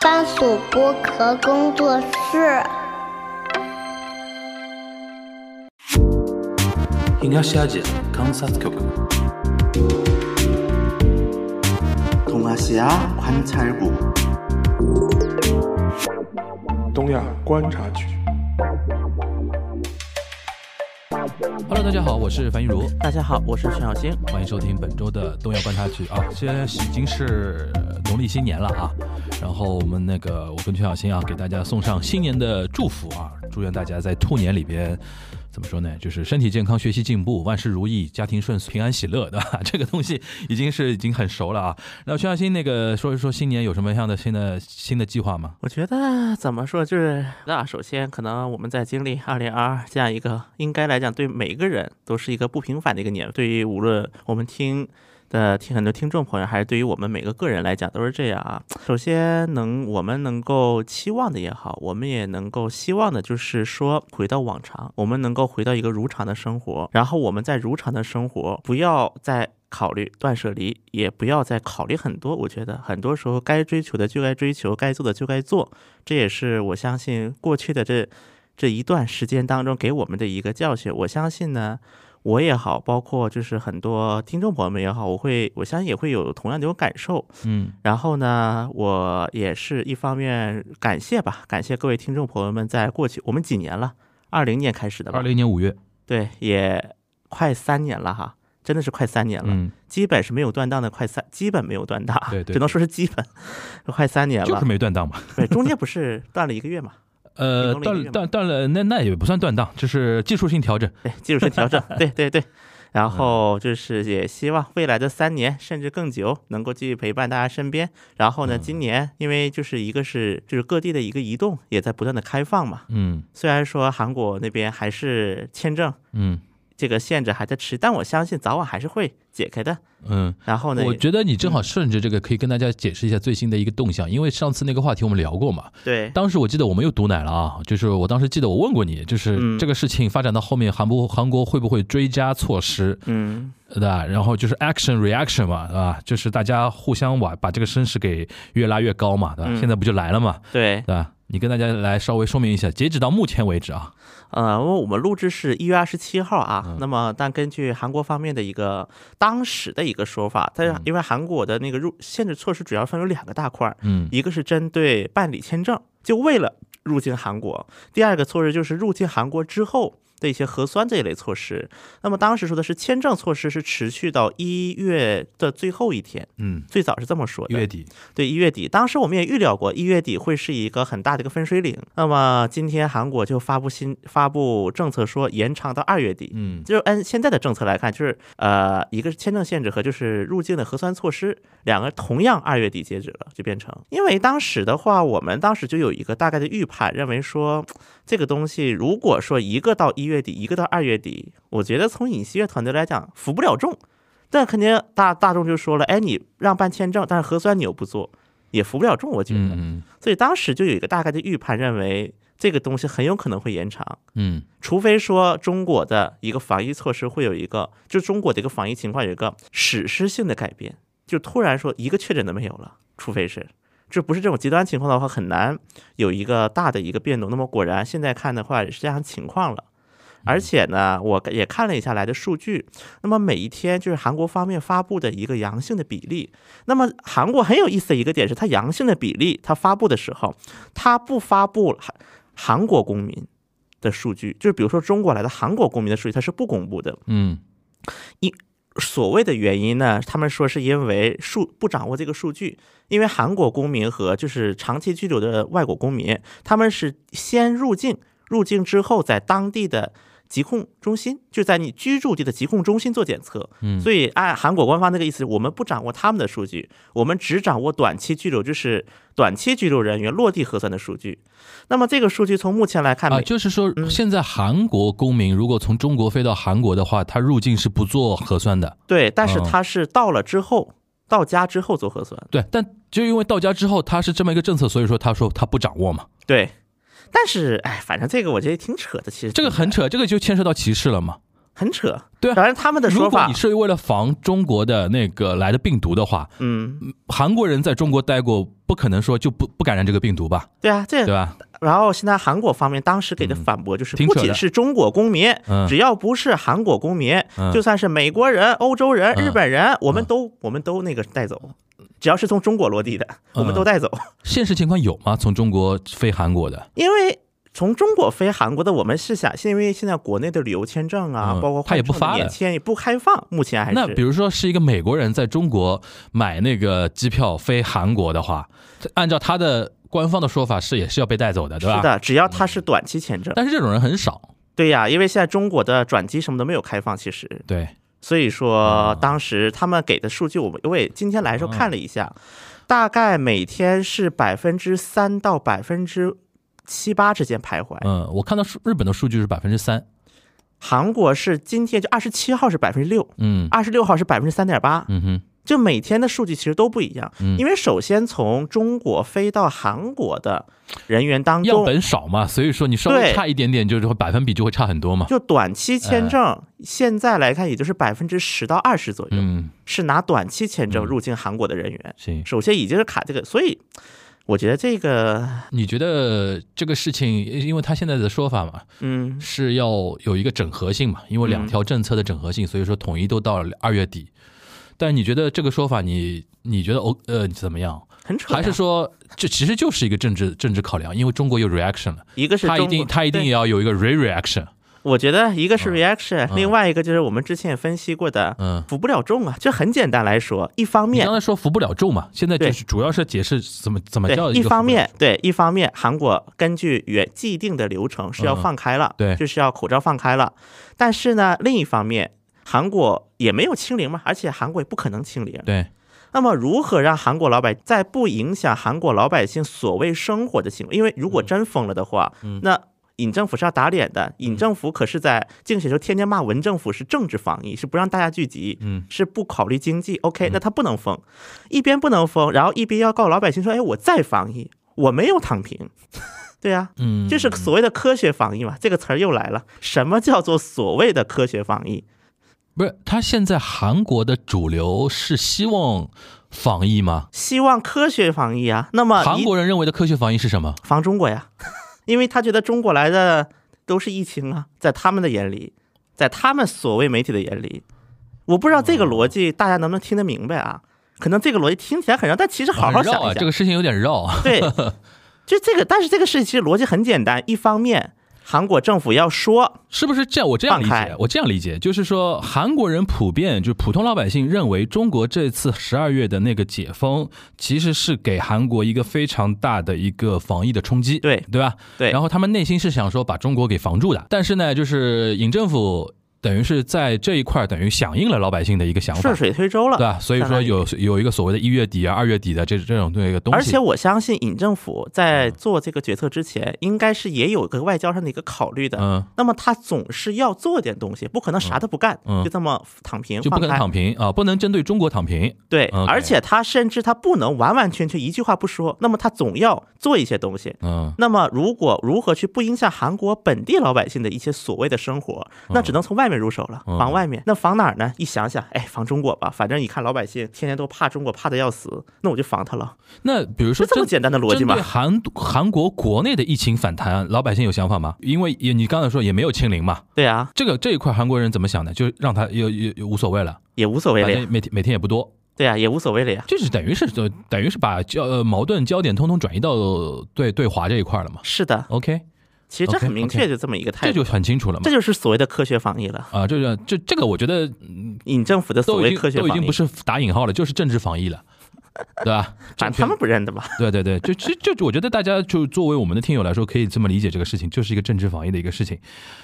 番薯剥壳工作室。東アジア観察局 동아시아 관찰국 东亚观察局。 Hello，大家好，我是樊一茹，大家好，我是陈小星。欢迎收听本周的东亚观察局啊。现在已经是呃农历新年了啊，然后我们那个我跟陈小新啊，给大家送上新年的祝福啊，祝愿大家在兔年里边。怎么说呢？就是身体健康、学习进步、万事如意、家庭顺遂、平安喜乐，对吧？ 这个东西已经是已经很熟了啊。那陈小新，那个说一说新年有什么样的新的新的计划吗？我觉得怎么说，就是那首先可能我们在经历二零二二这样一个，应该来讲对每个人都是一个不平凡的一个年。对于无论我们听的听很多听众朋友，还是对于我们每个个人来讲，都是这样啊。首先能我们能够期望的也好，我们也能够希望的，就是说回到往常，我们能够回到一个如常的生活，然后我们在如常的生活，不要再。考虑断舍离，也不要再考虑很多。我觉得很多时候该追求的就该追求，该做的就该做。这也是我相信过去的这这一段时间当中给我们的一个教训。我相信呢，我也好，包括就是很多听众朋友们也好，我会我相信也会有同样的一种感受。嗯，然后呢，我也是一方面感谢吧，感谢各位听众朋友们，在过去我们几年了，二零年开始的吧，二零年五月，对，也快三年了哈，真的是快三年了。嗯，基本是没有断档的，快三，基本没有断档，对对只能说是基本， 快三年了。就是没断档嘛。对，中间不是断了一个月嘛？呃，停工了一断个月嘛断断了，那那也不算断档，就是技术性调整。对，技术 性调整，对对对。嗯然后就是也希望未来的三年甚至更久能够继续陪伴大家身边。然后呢，嗯今年因为就是一个是就是各地的一个移动也在不断的开放嘛，嗯虽然说韩国那边还是签证嗯这个限制还在持续，但我相信早晚还是会解开的。嗯。然后呢，我觉得你正好嗯顺着这个，可以跟大家解释一下最新的一个动向，因为上次那个话题我们聊过嘛。对当时我记得我没有毒奶了啊，就是我当时记得我问过你，就是嗯这个事情发展到后面，韩不韩国会不会追加措施，嗯，对吧？然后就是 action reaction 嘛，对吧？就是大家互相把把这个声势给越拉越高嘛，对吧？嗯现在不就来了嘛，对对，吧？你跟大家来稍微说明一下，截止到目前为止啊，呃，因为我们录制是一月二十七号啊，嗯那么但根据韩国方面的一个当时的一个说法，嗯但是因为韩国的那个入限制措施主要分为两个大块儿，嗯一个是针对办理签证，就为了入境韩国；第二个措施就是入境韩国之后。的一些核酸这一类措施，那么当时说的是签证措施是持续到一月的最后一天，嗯，最早是这么说一的。月底，对，一月底，当时我们也预料过一月底会是一个很大的一个分水岭。那么今天韩国就发布新发布政策，说延长到二月底。嗯就是按现在的政策来看，就是呃，一个是签证限制和就是入境的核酸措施，两个同样二月底截止了，就变成。因为当时的话，我们当时就有一个大概的预判，认为说这个东西如果说一个到一月底，一个到二月底，我觉得从尹锡悦团队来讲，服不了众。但肯定大大众就说了，哎，你让办签证，但是核酸你又不做，也服不了众，我觉得。嗯所以当时就有一个大概的预判，认为这个东西很有可能会延长。嗯除非说中国的一个防疫措施会有一个，就中国的一个防疫情况有一个史诗性的改变，就突然说一个确诊都没有了，除非是，这不是这种极端情况的话，很难有一个大的一个变动。那么果然现在看的话也是这样情况了。而且呢，我也看了一下来的数据，那么每一天就是韩国方面发布的一个阳性的比例。那么韩国很有意思的一个点是，它阳性的比例它发布的时候，它不发布韩韩国公民的数据，就是比如说中国来的韩国公民的数据，它是不公布的。嗯所谓的原因呢，他们说是因为数不掌握这个数据，因为韩国公民和就是长期居留的外国公民，他们是先入境，入境之后在当地的疾控中心，就在你居住地的疾控中心做检测。嗯，所以按韩国官方那个意思，我们不掌握他们的数据，我们只掌握短期居留，就是短期居留人员落地核酸的数据。那么这个数据从目前来看，啊，每就是说，现在韩国公民如果从中国飞到韩国的话，他入境是不做核酸的。对，但是嗯他是到了之后，到家之后做核酸。对，但就因为到家之后他是这么一个政策，所以说他说他不掌握嘛，对，但是哎，反正这个我觉得挺扯的，其实这个很扯，这个就牵涉到歧视了嘛。很扯。对啊当然他们的如说果法你，是为了防中国的那个来的病毒的话，嗯，韩国人在中国待过，不不可能说就不不感染这个病毒吧，对啊，这对吧？然后现在韩国方面当时给的嗯反驳就是，挺不扯仅的是中国公民，嗯只要不是韩国公民，嗯就算是美国人、欧洲人、嗯日本人，我们嗯都我们都那个带走，只要是从中国落地的，我们嗯都带走，现实情况有吗？从中国飞韩国的，因为。从中国飞韩国的，我们是想，是因为现在国内的旅游签证啊，嗯包括他也不换证的发免了签也不开放，目前还是。那比如说是一个美国人在中国买那个机票飞韩国的话，按照他的官方的说法是也是要被带走的，对吧？嗯是的，只要他是短期签证。但是这种人很少，对呀，因为现在中国的转机什么都没有开放，其实，对，所以哦说当时他们给的数据，我们我也今天来的时候看了一下，大概每天是百分之三到百分之七八之间徘徊。嗯，我看到数日本的数据是百分之三，韩国是今天就二十七号是百分之六，嗯二十六号是百分之三点八，嗯哼，就每天的数据其实都不一样。嗯因为首先从中国飞到韩国的人员当样中，本少嘛，所以说你稍微对差一点点，就是会百分比就会差很多嘛，就短期哎签证，现在来看也就是百分之十到二十左右，嗯，是拿短期签证入境韩国的人员，行。首先已经是卡这个，所以我觉得这个，你觉得这个事情，因为他现在的说法嘛，嗯，是要有一个整合性嘛，因为两条政策的整合性，所以说统一都到了二月底。但你觉得这个说法你，你觉得哦呃怎么样？很扯呀。还是说这其实就是一个政治政治考量？因为中国有 reaction 了，一个是他一中定国他一定对也要有一个 re reaction。我觉得一个是嗯 reaction，、嗯另外一个就是我们之前也分析过的，嗯服不了众啊。这很简单来说，一方你面刚才说服不了众嘛，现在就是主要是解释怎么怎么对叫一个方服不了面对一方面，韩国根据原既定的流程是要嗯放开了，对就是要口罩放开了。但是呢，另一方面，韩国也没有清零嘛，而且韩国也不可能清零。对那么，如何让韩国老百在不影响韩国老百姓所谓生活的情况？因为如果真封了的话，嗯那尹政府是要打脸的。尹政府可是在竞选时候天天骂文政府是政治防疫，是不让大家聚集，嗯是不考虑经济。OK，那他不能封，一边不能封，然后一边要告老百姓说：“哎，我在防疫，我没有躺平。” 对呀、嗯，这是所谓的科学防疫嘛？这个词儿又来了。什么叫做所谓的科学防疫？不是他现在韩国的主流是希望防疫吗？希望科学防疫啊。那么韩一国人认为的科学防疫是什么？防中国呀， 因为他觉得中国来的都是疫情啊，在他们的眼里，在他们所谓媒体的眼里，我不知道这个逻哦辑大家能不能听得明白啊？可能这个逻辑听起来很绕，但其实好好很绕想一啊，下，这个事情有点绕啊。 对，就这个，但是这个事情其实逻辑很简单，一方面韩国政府要说，是不是这样？我这样理放解开，我这样理解，就是说韩国人普遍就普通老百姓认为，中国这次十二月的那个解封，其实是给韩国一个非常大的一个防疫的冲击，对对吧？对然后他们内心是想说把中国给防住的，但是呢，就是尹政府等于是在这一块儿等于响应了老百姓的一个想法顺，水推舟对了。吧？所以说有有一个所谓的一月底啊、二月底的这这种这个东西，嗯而且我相信尹政府在做这个决策之前，应该是也有一个外交上的一个考虑的。嗯。那么他总是要做点东西，不可能啥都不干，嗯就这么躺平就不可放能开躺平啊，不能针对中国躺平。对， OK 而且他甚至他不能完完全全一句话不说，那么他总要做一些东西。嗯，那么，如果如何去不影响韩国本地老百姓的一些所谓的生活，那只能从外面入手了，嗯防外面。那防哪儿呢？一想想，哎，防中国吧，反正一看老百姓天天都怕中国，怕的要死，那我就防他了，那比如就说这么针简单的逻辑针嘛对。韩韩国国内的疫情反弹，老百姓有想法吗？因为也你刚才说也没有清零嘛，对啊，这个这一块韩国人怎么想的？就让他也也也无所谓了，也无所谓反了呀，正每天每天也不多，对啊，也无所谓了呀。就是等于是就等于是把焦呃矛盾焦点通通转移到对对华这一块了嘛。是的， OK，其实这 OK，很明 OK 确，就这么一个态这度，就很清楚了嘛这。就是所谓的科学防疫了。啊，这个这这个我觉得嗯尹政府的都所已谓经科学都防疫，啊已经不是打引号了，就是政治防疫了，对 吧？反正他们不认的吧？对对对，就其就就我觉得大家就作为我们的听友来说，可以这么理解这个事情，就是一个政治防疫的一个事情。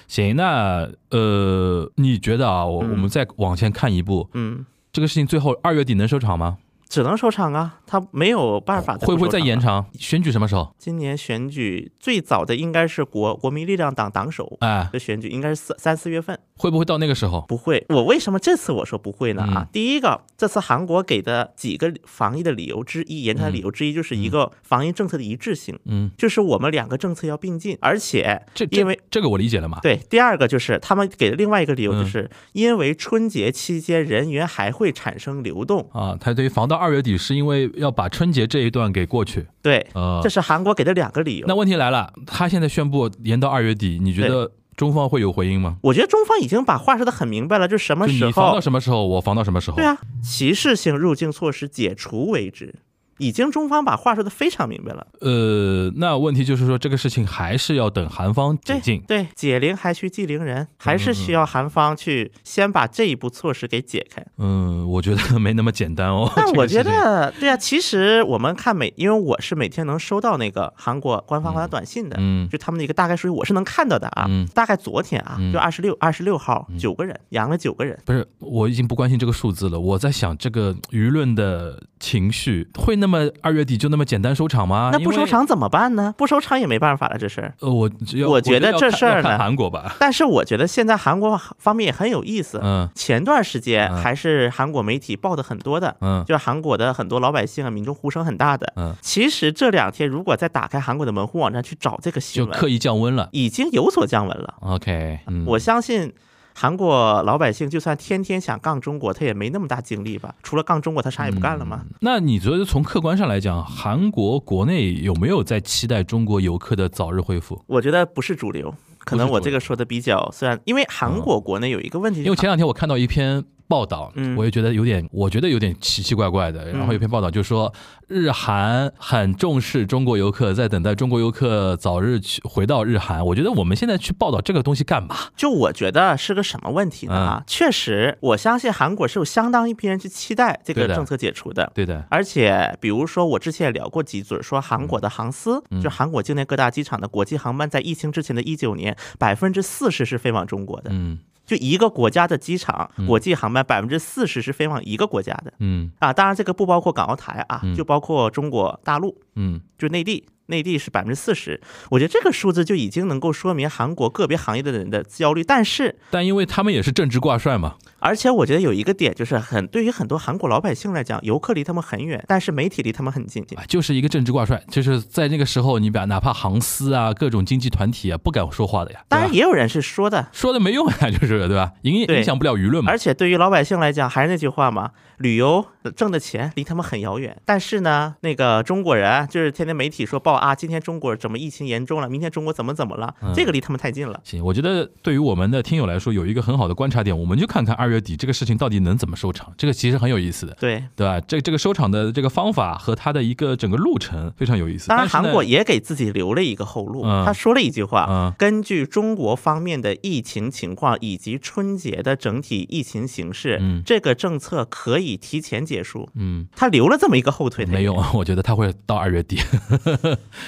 行，那呃，你觉得啊，我我们再往前看一步，嗯，这个事情最后二月底能收场吗？只能收场啊，他没有办法。会不会再延长？长？选举什么时候？今年选举最早的应该是国国民力量党党首哎，的选举，应该是四三四月份。会不会到那个时候？不会，我为什么这次我说不会呢？啊，嗯第一个，这次韩国给的几个防疫的理由之一，延长的理由之一就是一个防疫政策的一致性，嗯，就是我们两个政策要并进，而且这这因为。这个我理解了嘛。对，第二个就是他们给的另外一个理由，嗯就是因为春节期间人员还会产生流动，啊，他对于防到二月底是因为要把春节这一段给过去。对，呃这，是韩国给的两个理由。那问题来了，他现在宣布延到二月底，你觉得中方会有回应吗？我觉得中方已经把话说的很明白了，就什么就时你防候到什么时候，我防到什么时候？对啊，歧视性入境措施解除为止。已经中方把话说的非常明白了，呃，那问题就是说，这个事情还是要等韩方解对禁。对，解铃还需系铃人，还是需要韩方去先把这一步措施给解开。嗯，我觉得没那么简单哦。但这个我觉事情得，对啊，其实我们看每，因为我是每天能收到那个韩国官方发的短信的，嗯就他们的一个大概数据，我是能看到的啊。嗯大概昨天啊，嗯就二十六二十六号，九个人阳了九个人，不是，我已经不关心这个数字了。我在想，这个舆论的情绪会那么二月底就那么简单收场吗？那不啊因收为。场怎么办呢？不收场也没办法了，这事儿。呃，我只要我觉觉得要这看事儿要看呢韩国吧，但是我觉得现在韩国方面也很有意思。嗯前段时间嗯还是韩国媒体报的很多的，嗯就是韩国的很多老百姓啊，民众呼声很大的。嗯，其实这两天如果再打开韩国的门户网站去找这个新就闻，刻意降温了。已经有所降温了。 OK，嗯，我相信韩国老百姓就算天天想杠中国，他也没那么大精力吧？除了杠中国，他啥也不干了嘛。嗯那你觉得从客观上来讲，韩国国内有没有在期待中国游客的早日恢复？我觉得不是主流，可能我这个说的比较虽然，因为韩国国内有一个问题，嗯因为前两天我看到一篇报道，嗯我也觉得有点，我觉得有点奇奇怪怪的。然后有篇报道就说，日韩很重视中国游客，在等待中国游客早日去回到日韩。我觉得我们现在去报道这个东西干嘛？就我觉得是个什么问题呢？嗯啊，确实，我相信韩国是有相当一批人去期待这对个的政策解除的。对的，而且，比如说，我之前也聊过几嘴，说韩国的航司，嗯就是韩国境内各大机场的国际航班，在疫情之前的一九年，百分之四十是飞往中国的。嗯就一个国家的机场，国际航班百分之四十是飞往一个国家的嗯啊，当然这个不包括港澳台啊嗯，就包括中国大陆，嗯，就内地，内地是百分之四十。我觉得这个数字就已经能够说明韩国个别行业的人的焦虑，但是。但因为他们也是政治挂帅嘛，而且我觉得有一个点，就是很对于很多韩国老百姓来讲，游客离他们很远，但是媒体离他们很近。啊就是一个政治挂帅，就是在那个时候，你把哪怕航司啊、各种经济团体啊不敢说话的呀，当对然吧也有人是说的，说的没用啊，就是对吧？影对影响不了舆论嘛而。且对于老百姓来讲，还是那句话嘛，旅游挣的钱离他们很遥远。但是呢，那个中国人啊就是天天媒体说报啊，今天中国怎么疫情严重了，明天中国怎么怎么了，这个离他们太近了。行，我觉得对于我们的听友来说，有一个很好的观察点，我们就看看二月底这个事情到底能怎么收场，这个其实很有意思的，对，对吧？这这个收场的这个方法和它的一个整个路程非常有意思。当然但是呢韩国也给自己留了一个后路，嗯他说了一句话。嗯根据中国方面的疫情情况以及春节的整体疫情形势，嗯这个政策可以提前结束。嗯。他留了这么一个后腿，没用，，我觉得他会到二月底。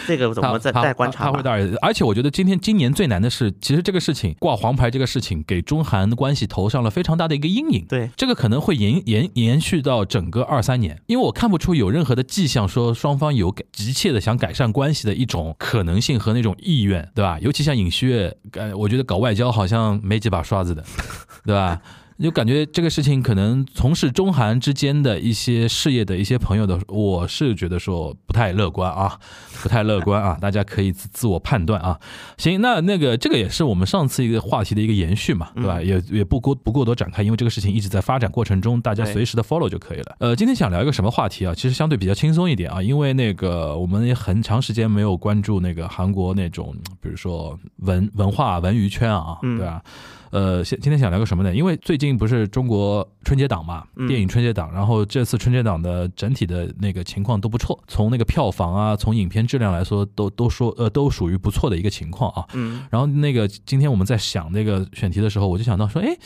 这个我他们再他再观他察他会吧。到二月底。而且我觉得今天今年最难的是，其实这个事情挂黄牌这个事情，给中韩关系头上了非常大的一个阴影。对，这个可能会延延延续到整个二三年，因为我看不出有任何的迹象说双方有改急切的想改善关系的一种可能性和那种意愿，对吧？尤其像尹锡悦，呃，我觉得搞外交好像没几把刷子的，对吧？就感觉这个事情可能从事中韩之间的一些事业的一些朋友的，我是觉得说不太乐观啊，不太乐观啊，大家可以自自我判断啊。行，那那个这个也是我们上次一个话题的一个延续嘛，对吧？也也不过不过多展开，因为这个事情一直在发展过程中，大家对随时的 follow 就可以了。呃，今天想聊一个什么话题啊？其实相对比较轻松一点啊，因为那个我们也很长时间没有关注那个韩国那种，比如说文文化文娱圈啊，嗯对吧？呃，现今天想聊个什么呢？因为最近不是中国春节档嘛，嗯电影春节档，然后这次春节档的整体的那个情况都不错，从那个票房啊，从影片质量来说，都都说呃都属于不错的一个情况啊。嗯，然后那个今天我们在想那个选题的时候，我就想到说，哎，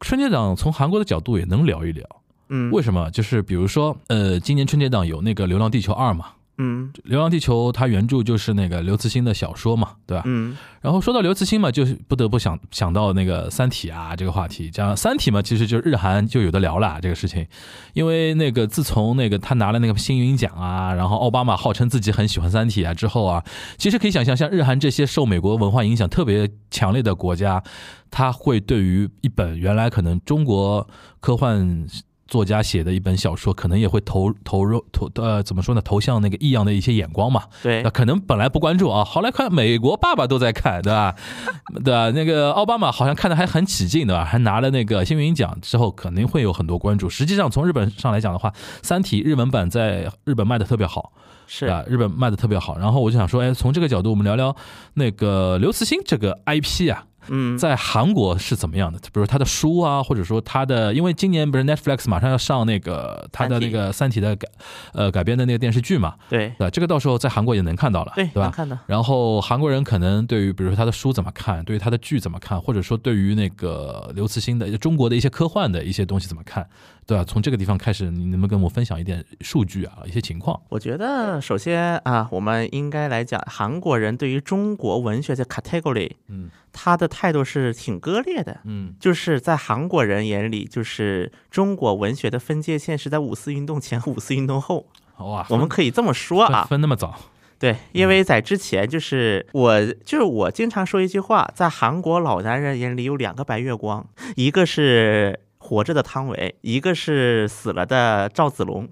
春节档从韩国的角度也能聊一聊，嗯为什么？就是比如说，呃，今年春节档有那个《流浪地球二》嘛，嗯《流浪地球》它原著就是那个刘慈欣的小说嘛，对吧？嗯，然后说到刘慈欣嘛，就是不得不想想到那个《三体》啊这个话题。这样，《三体》嘛，其实就是日韩就有的聊了这个事情，因为那个自从那个他拿了那个星云奖啊，然后奥巴马号称自己很喜欢《三体》啊之后啊，其实可以想象，像日韩这些受美国文化影响特别强烈的国家，它会对于一本原来可能中国科幻。作家写的一本小说，可能也会投投入投呃怎么说呢，投向那个异样的一些眼光嘛。对那，可能本来不关注啊，后来看美国爸爸都在看，对吧？ 对吧？那个奥巴马好像看的还很起劲，对吧？还拿了那个新云奖之后，肯定会有很多关注。实际上，从日本上来讲的话，《三体》日文版在日本卖的特别好，是啊，日本卖的特别好。然后我就想说，哎，从这个角度，我们聊聊那个刘慈欣这个 IP 啊，嗯，在韩国是怎么样的？比如他的书啊，或者说他的，因为今年不是 Netflix 马上要上那个他的那个《三体》的改呃改编的那个电视剧嘛，对对吧？这个到时候在韩国也能看到了，对，能吧？看到，然后韩国人可能对于比如说他的书怎么看，对于他的剧怎么看，或者说对于那个刘慈欣的中国的一些科幻的一些东西怎么看，对吧、从这个地方开始，你能不能跟我分享一点数据啊，一些情况？我觉得首先啊，我们应该来讲韩国人对于中国文学的 category，嗯他的态度是挺割裂的。嗯，就是在韩国人眼里，就是中国文学的分界线是在五四运动前、 五四运动后，哇，我们可以这么说分 啊。分那么早，对，因为在之前，就是我就是我经常说一句话，在韩国老男人眼里有两个白月光，一个是活着的汤唯，一个是死了的赵子 龙。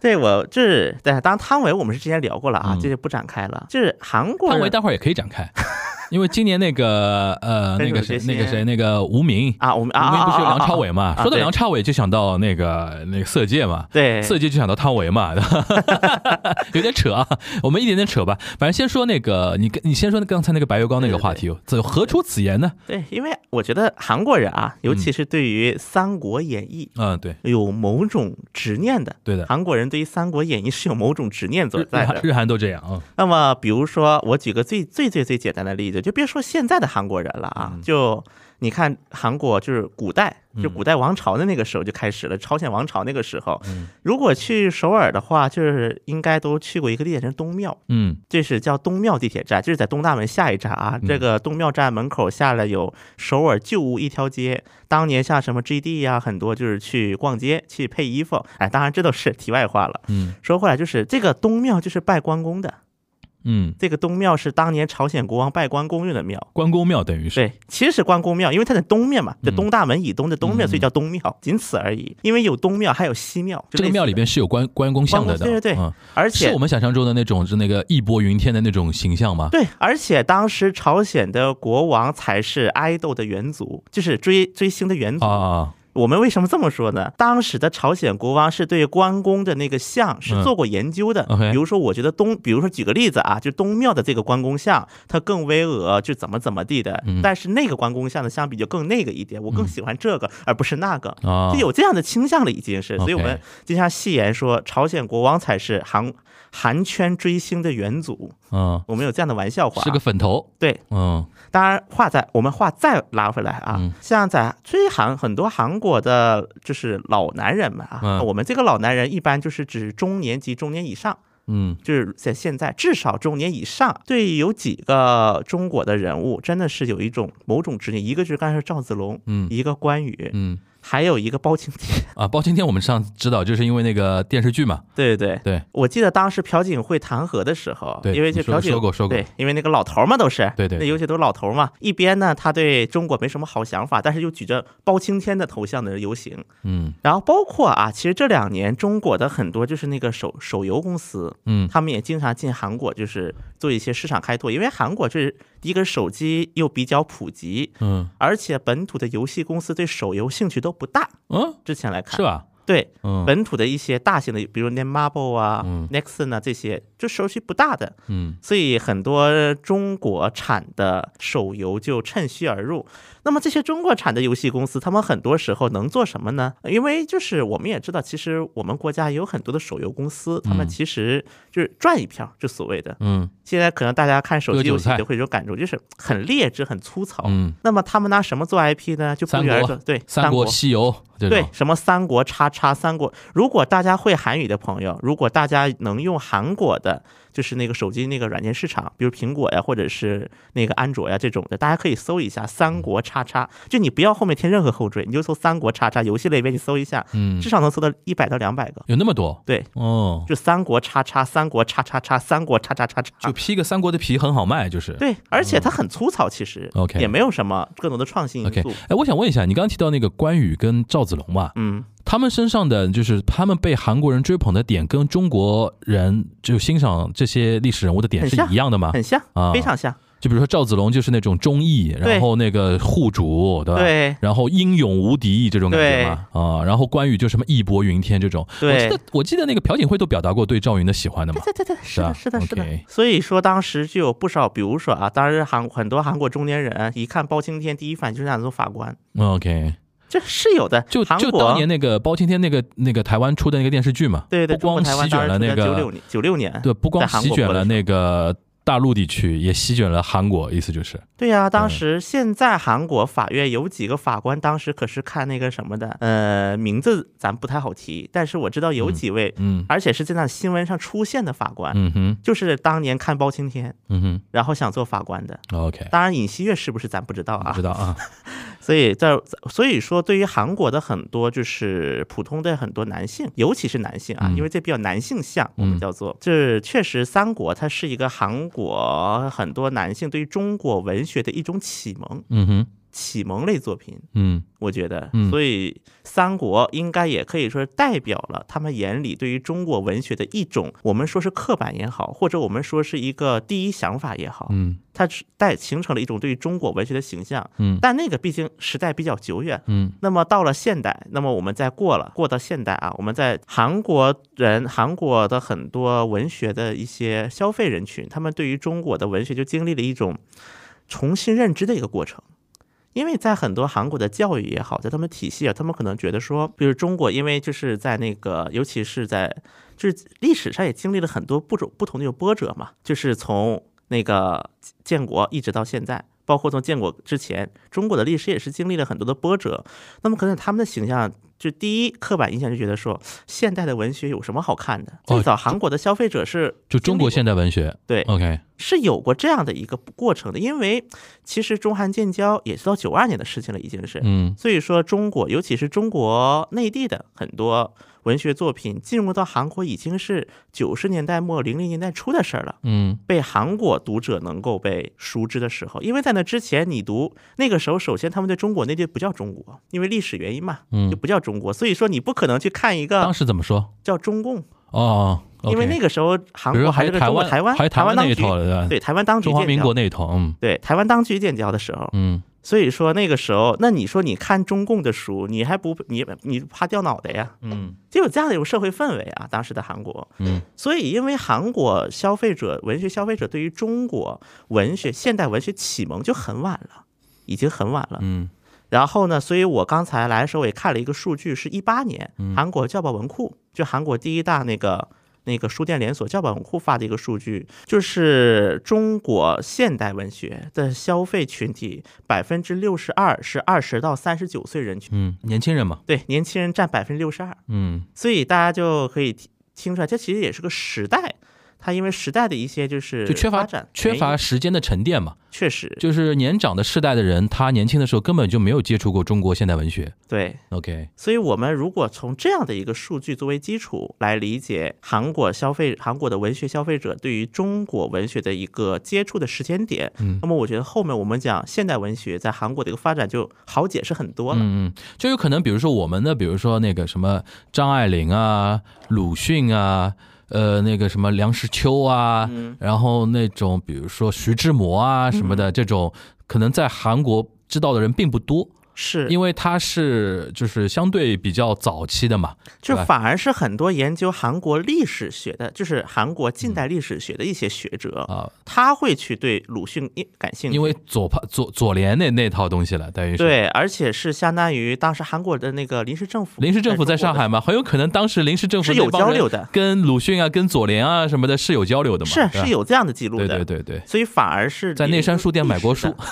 对我就是对，当然汤唯我们是之前聊过了啊，嗯这就不展开了。就是韩国范围人待会儿也可以展开，因为今年那个呃那个谁那个谁那个吴明。啊，我们啊吴明啊不是有啊梁啊朝啊伟嘛？啊说到对梁朝伟就想到那个那个《色戒》嘛， 对色戒就想到汤唯嘛， 有点扯啊，我们一点点扯吧。反正先说那个，你跟你先说刚才那个白月光那个话题，怎何出此言呢？对，因为我觉得韩国人啊，尤其是对于《三国演义》嗯，对，有某种执念的。对的韩国人对于《三国演义》是有某种执念所日在韩的。日韩都这样啊，那么，比如说，我举个最最最最简单的例子，就别说现在的韩国人了啊，嗯就你看韩国就是古代，就古代王朝的那个时候就开始了，朝鲜王朝那个时候，嗯如果去首尔的话，就是应该都去过一个地铁站东庙。嗯这是叫东庙地铁站，就是在东大门下一站啊。这个东庙站门口下来有首尔旧屋一条街，当年像什么 GD 呀、很多就是去逛街去配衣服，哎，当然这都是题外话了。嗯说回来，就是这个东庙就是拜关公的，嗯，这个东庙是当年朝鲜国王拜关公用的庙。关公庙等于是，嗯对，其实是关公庙，因为它在东面嘛，在东大门以东的东面，所以叫东庙，仅此而已。因为有东庙，还有西庙，就这个类似庙里的边是有关关公像的的，关公对对对嗯，而且是我们想象中的那种是那个义薄云天的那种形象吗？对，而且当时朝鲜的国王才是爱豆的元祖，就是追追星的元祖。啊，我们为什么这么说呢？当时的朝鲜国王是对关公的那个像是嗯做过研究的。 OK 比如说，我觉得东，比如说举个例子啊，就东庙的这个关公像，它更巍峨，就怎么怎么地的。嗯但是那个关公像呢，相比就更那个一点，我更喜欢这个、而不是那个。啊就有这样的倾向了，已经是，所以我 OK 们经常戏言说，朝鲜国王才是韩韩圈追星的元祖。嗯，我们有这样的玩笑话啊，是个粉头，对。嗯当然，话再我们话再拉回来啊，嗯像在追韩很多韩国的，就是老男人们啊，嗯我们这个老男人一般就是指中年及中年以上，嗯就是在现在至少中年以上，对有几个中国的人物真的是有一种某种执念，一个就是刚才说赵子龙，嗯一个关羽，嗯还有一个包青天，啊，包青天我们上次知道就是因为那个电视剧嘛，对对对。对我记得当时朴槿惠弹劾的时候，对因为就你说朴槿说过说过对，因为那个老头儿嘛都是，对对那对尤其都是老头儿嘛。一边呢，他对中国没什么好想法，但是又举着包青天的头像的人游行。嗯然后包括啊，其实这两年中国的很多就是那个手手游公司，嗯他们也经常进韩国，就是做一些市场开拓，因为韩国这第一个手机又比较普及，嗯而且本土的游戏公司对手游兴趣都不大。嗯，之前来看是吧？对，嗯本土的一些大型的，比如 n e m a b l e 啊、嗯 Nexon 啊这些，就熟悉不大的，嗯所以很多中国产的手游就趁虚而入。那么这些中国产的游戏公司，他们很多时候能做什么呢？因为就是我们也知道，其实我们国家也有很多的手游公司，他们其实就是赚一票，就所谓的。嗯现在可能大家看手割机韭游戏菜就会有一种感受，就是很劣质、很粗糙。嗯，那么他们拿什么做 IP 呢？就不三约而国同，对，三国西游这对种，，什么三国叉叉三国，如果大家会韩语的朋友，如果大家能用韩国的，就是那个手机那个软件市场，比如苹果呀，或者是那个安卓呀这种的，大家可以搜一下“三国叉叉”，嗯就你不要后面添任何后缀，你就搜“三国叉叉”游戏类别，你搜一下，嗯至，少能搜到一百到两百个。有那么多对，哦，就三国叉叉，三国叉叉叉，三国叉叉叉叉就，披个三国的皮很好卖，就是。啊对，而且它很粗糙，其实 OK 也没有什么更多的创新因 OK，素。哎，我想问一下，你刚刚提到那个关羽跟赵子龙嘛，嗯，他们身上的就是他们被韩国人追捧的点，跟中国人就欣赏这些历史人物的点很是像一样的吗？很像啊，非常像。就比如说赵子龙就是那种忠义，对然后那个护主，对吧？对然后英勇无敌这种感觉嘛，啊，然后关羽就什么义薄云天这种，对我记得我记得那个朴槿惠都表达过对赵云的喜欢的嘛，对对对对，是吧的，是的，是的 OK。所以说当时就有不少，比如说啊，当时韩很多韩国中年人啊一看包青天，第一反应就是想做法官， OK，这是有的。就韩就国当年那个包青天那个那个台湾出的那个电视剧嘛，对对，不光中国席台卷湾了当时那九六个，年九六年，对，不光在韩席国卷播的了时候那个大陆地区，也席卷了韩国，意思就是对呀、当嗯时现在韩国法院有几个法官，当时可是看那个什么的，呃，名字咱不太好提，但是我知道有几位，嗯而且是在那新闻上出现的法官，嗯哼就是当年看包青天，嗯然后想做法官的。哼，OK，当然，尹锡悦是不是咱不知道不啊？知道啊，所以在所以说，对于韩国的很多就是普通的很多男性，尤其是男性啊，嗯因为这比较男性向，我嗯们叫做，这确实三国它是一个韩国很多男性对于中国文学的一种启蒙，嗯哼启蒙类作品。 嗯我觉得嗯，所以三国应该也可以说代表了他们眼里对于中国文学的一种，我们说是刻板也好，或者我们说是一个第一想法也好，嗯它是带形成了一种对于中国文学的形象。嗯但那个毕竟时代比较久远，嗯那么到了现代，那么我们再过了，过到现代啊，我们在韩国人、韩国的很多文学的一些消费人群，他们对于中国的文学就经历了一种重新认知的一个过程。因为在很多韩国的教育也好，在他们体系啊，他们可能觉得说，比如中国，因为就是在那个，尤其是在就是历史上也经历了很多不种不同的有波折嘛，就是从那个建国一直到现在，包括从建国之前，中国的历史也是经历了很多的波折。那么可能他们的形象，就第一刻板印象就觉得说，现代的文学有什么好看的？哦最早韩国的消费者是就中国现代文学对，OK，是有过这样的一个过程的，因为其实中韩建交也是到九二年的事情了，已经是。嗯所以说，中国尤其是中国内地的很多文学作品进入到韩国，已经是九十年代末零零年代初的事儿了。嗯被韩国读者能够被熟知的时候，因为在那之前，你读那个时候，首先他们对中国内地不叫中国，因为历史原因嘛，就嗯，不叫中国，所以说你不可能去看一当个时怎么说？叫中共，哦，因为那个个时候韩国还还是个台中国湾，台湾还有台台湾那当一局套了，对台湾当局中华建民国交，那一套，嗯对台湾当局建交的时候，嗯所以说那个时候，那你说你看中共的书，你还不你你怕掉脑袋呀？嗯就有这样的一种社会氛围啊，当时的韩国。嗯，所以因为韩国消费者、文学消费者对于中国文学、现代文学启蒙就很晚了，已经很晚了。嗯然后呢，所以我刚才来的时候也看了一个数据，是一八年嗯韩国教保文库，就韩国第一大那个。那个书店连锁教保文库发的一个数据，就是中国现代文学的消费群体百分之六十二是二十到三十九岁人群，嗯，年轻人嘛，对，年轻人占百分之六十二。嗯所以大家就可以听听出来，这其实也是个时代，它因为时代的一些就是就缺乏发展缺原乏因时间的沉淀嘛，确实就是年长的世代的人，他年轻的时候根本就没有接触过中国现代文学对。 ，OK，所以，我们如果从这样的一个数据作为基础来理解韩国消费、韩国的文学消费者对于中国文学的一个接触的时间点，嗯那么我觉得后面我们讲现代文学在韩国的一个发展就好解释很多了。嗯嗯，就有可能比如说我们的，比如说那个什么张爱玲啊、鲁迅啊。呃，那个什么梁实秋啊，嗯然后那种比如说徐志摩啊什么的，这种可能在韩国知道的人并不多，是，因为它是就是相对比较早期的嘛，就对吧反而是很多研究韩国历史学的，就是韩国近代历史学的一些学者，嗯啊，他会去对鲁迅一感兴趣，因为左派左左联那那套东西了，等于是。对，而且是相当于当时韩国的那个临时政府，临时政府在上海嘛，很有可能当时临时政府是有那帮人交流的跟鲁迅啊、跟左联啊什么的是有交流的嘛，是对吧是有这样的记录对的，对对对，所以反而是在临内山书店买过书，嗯历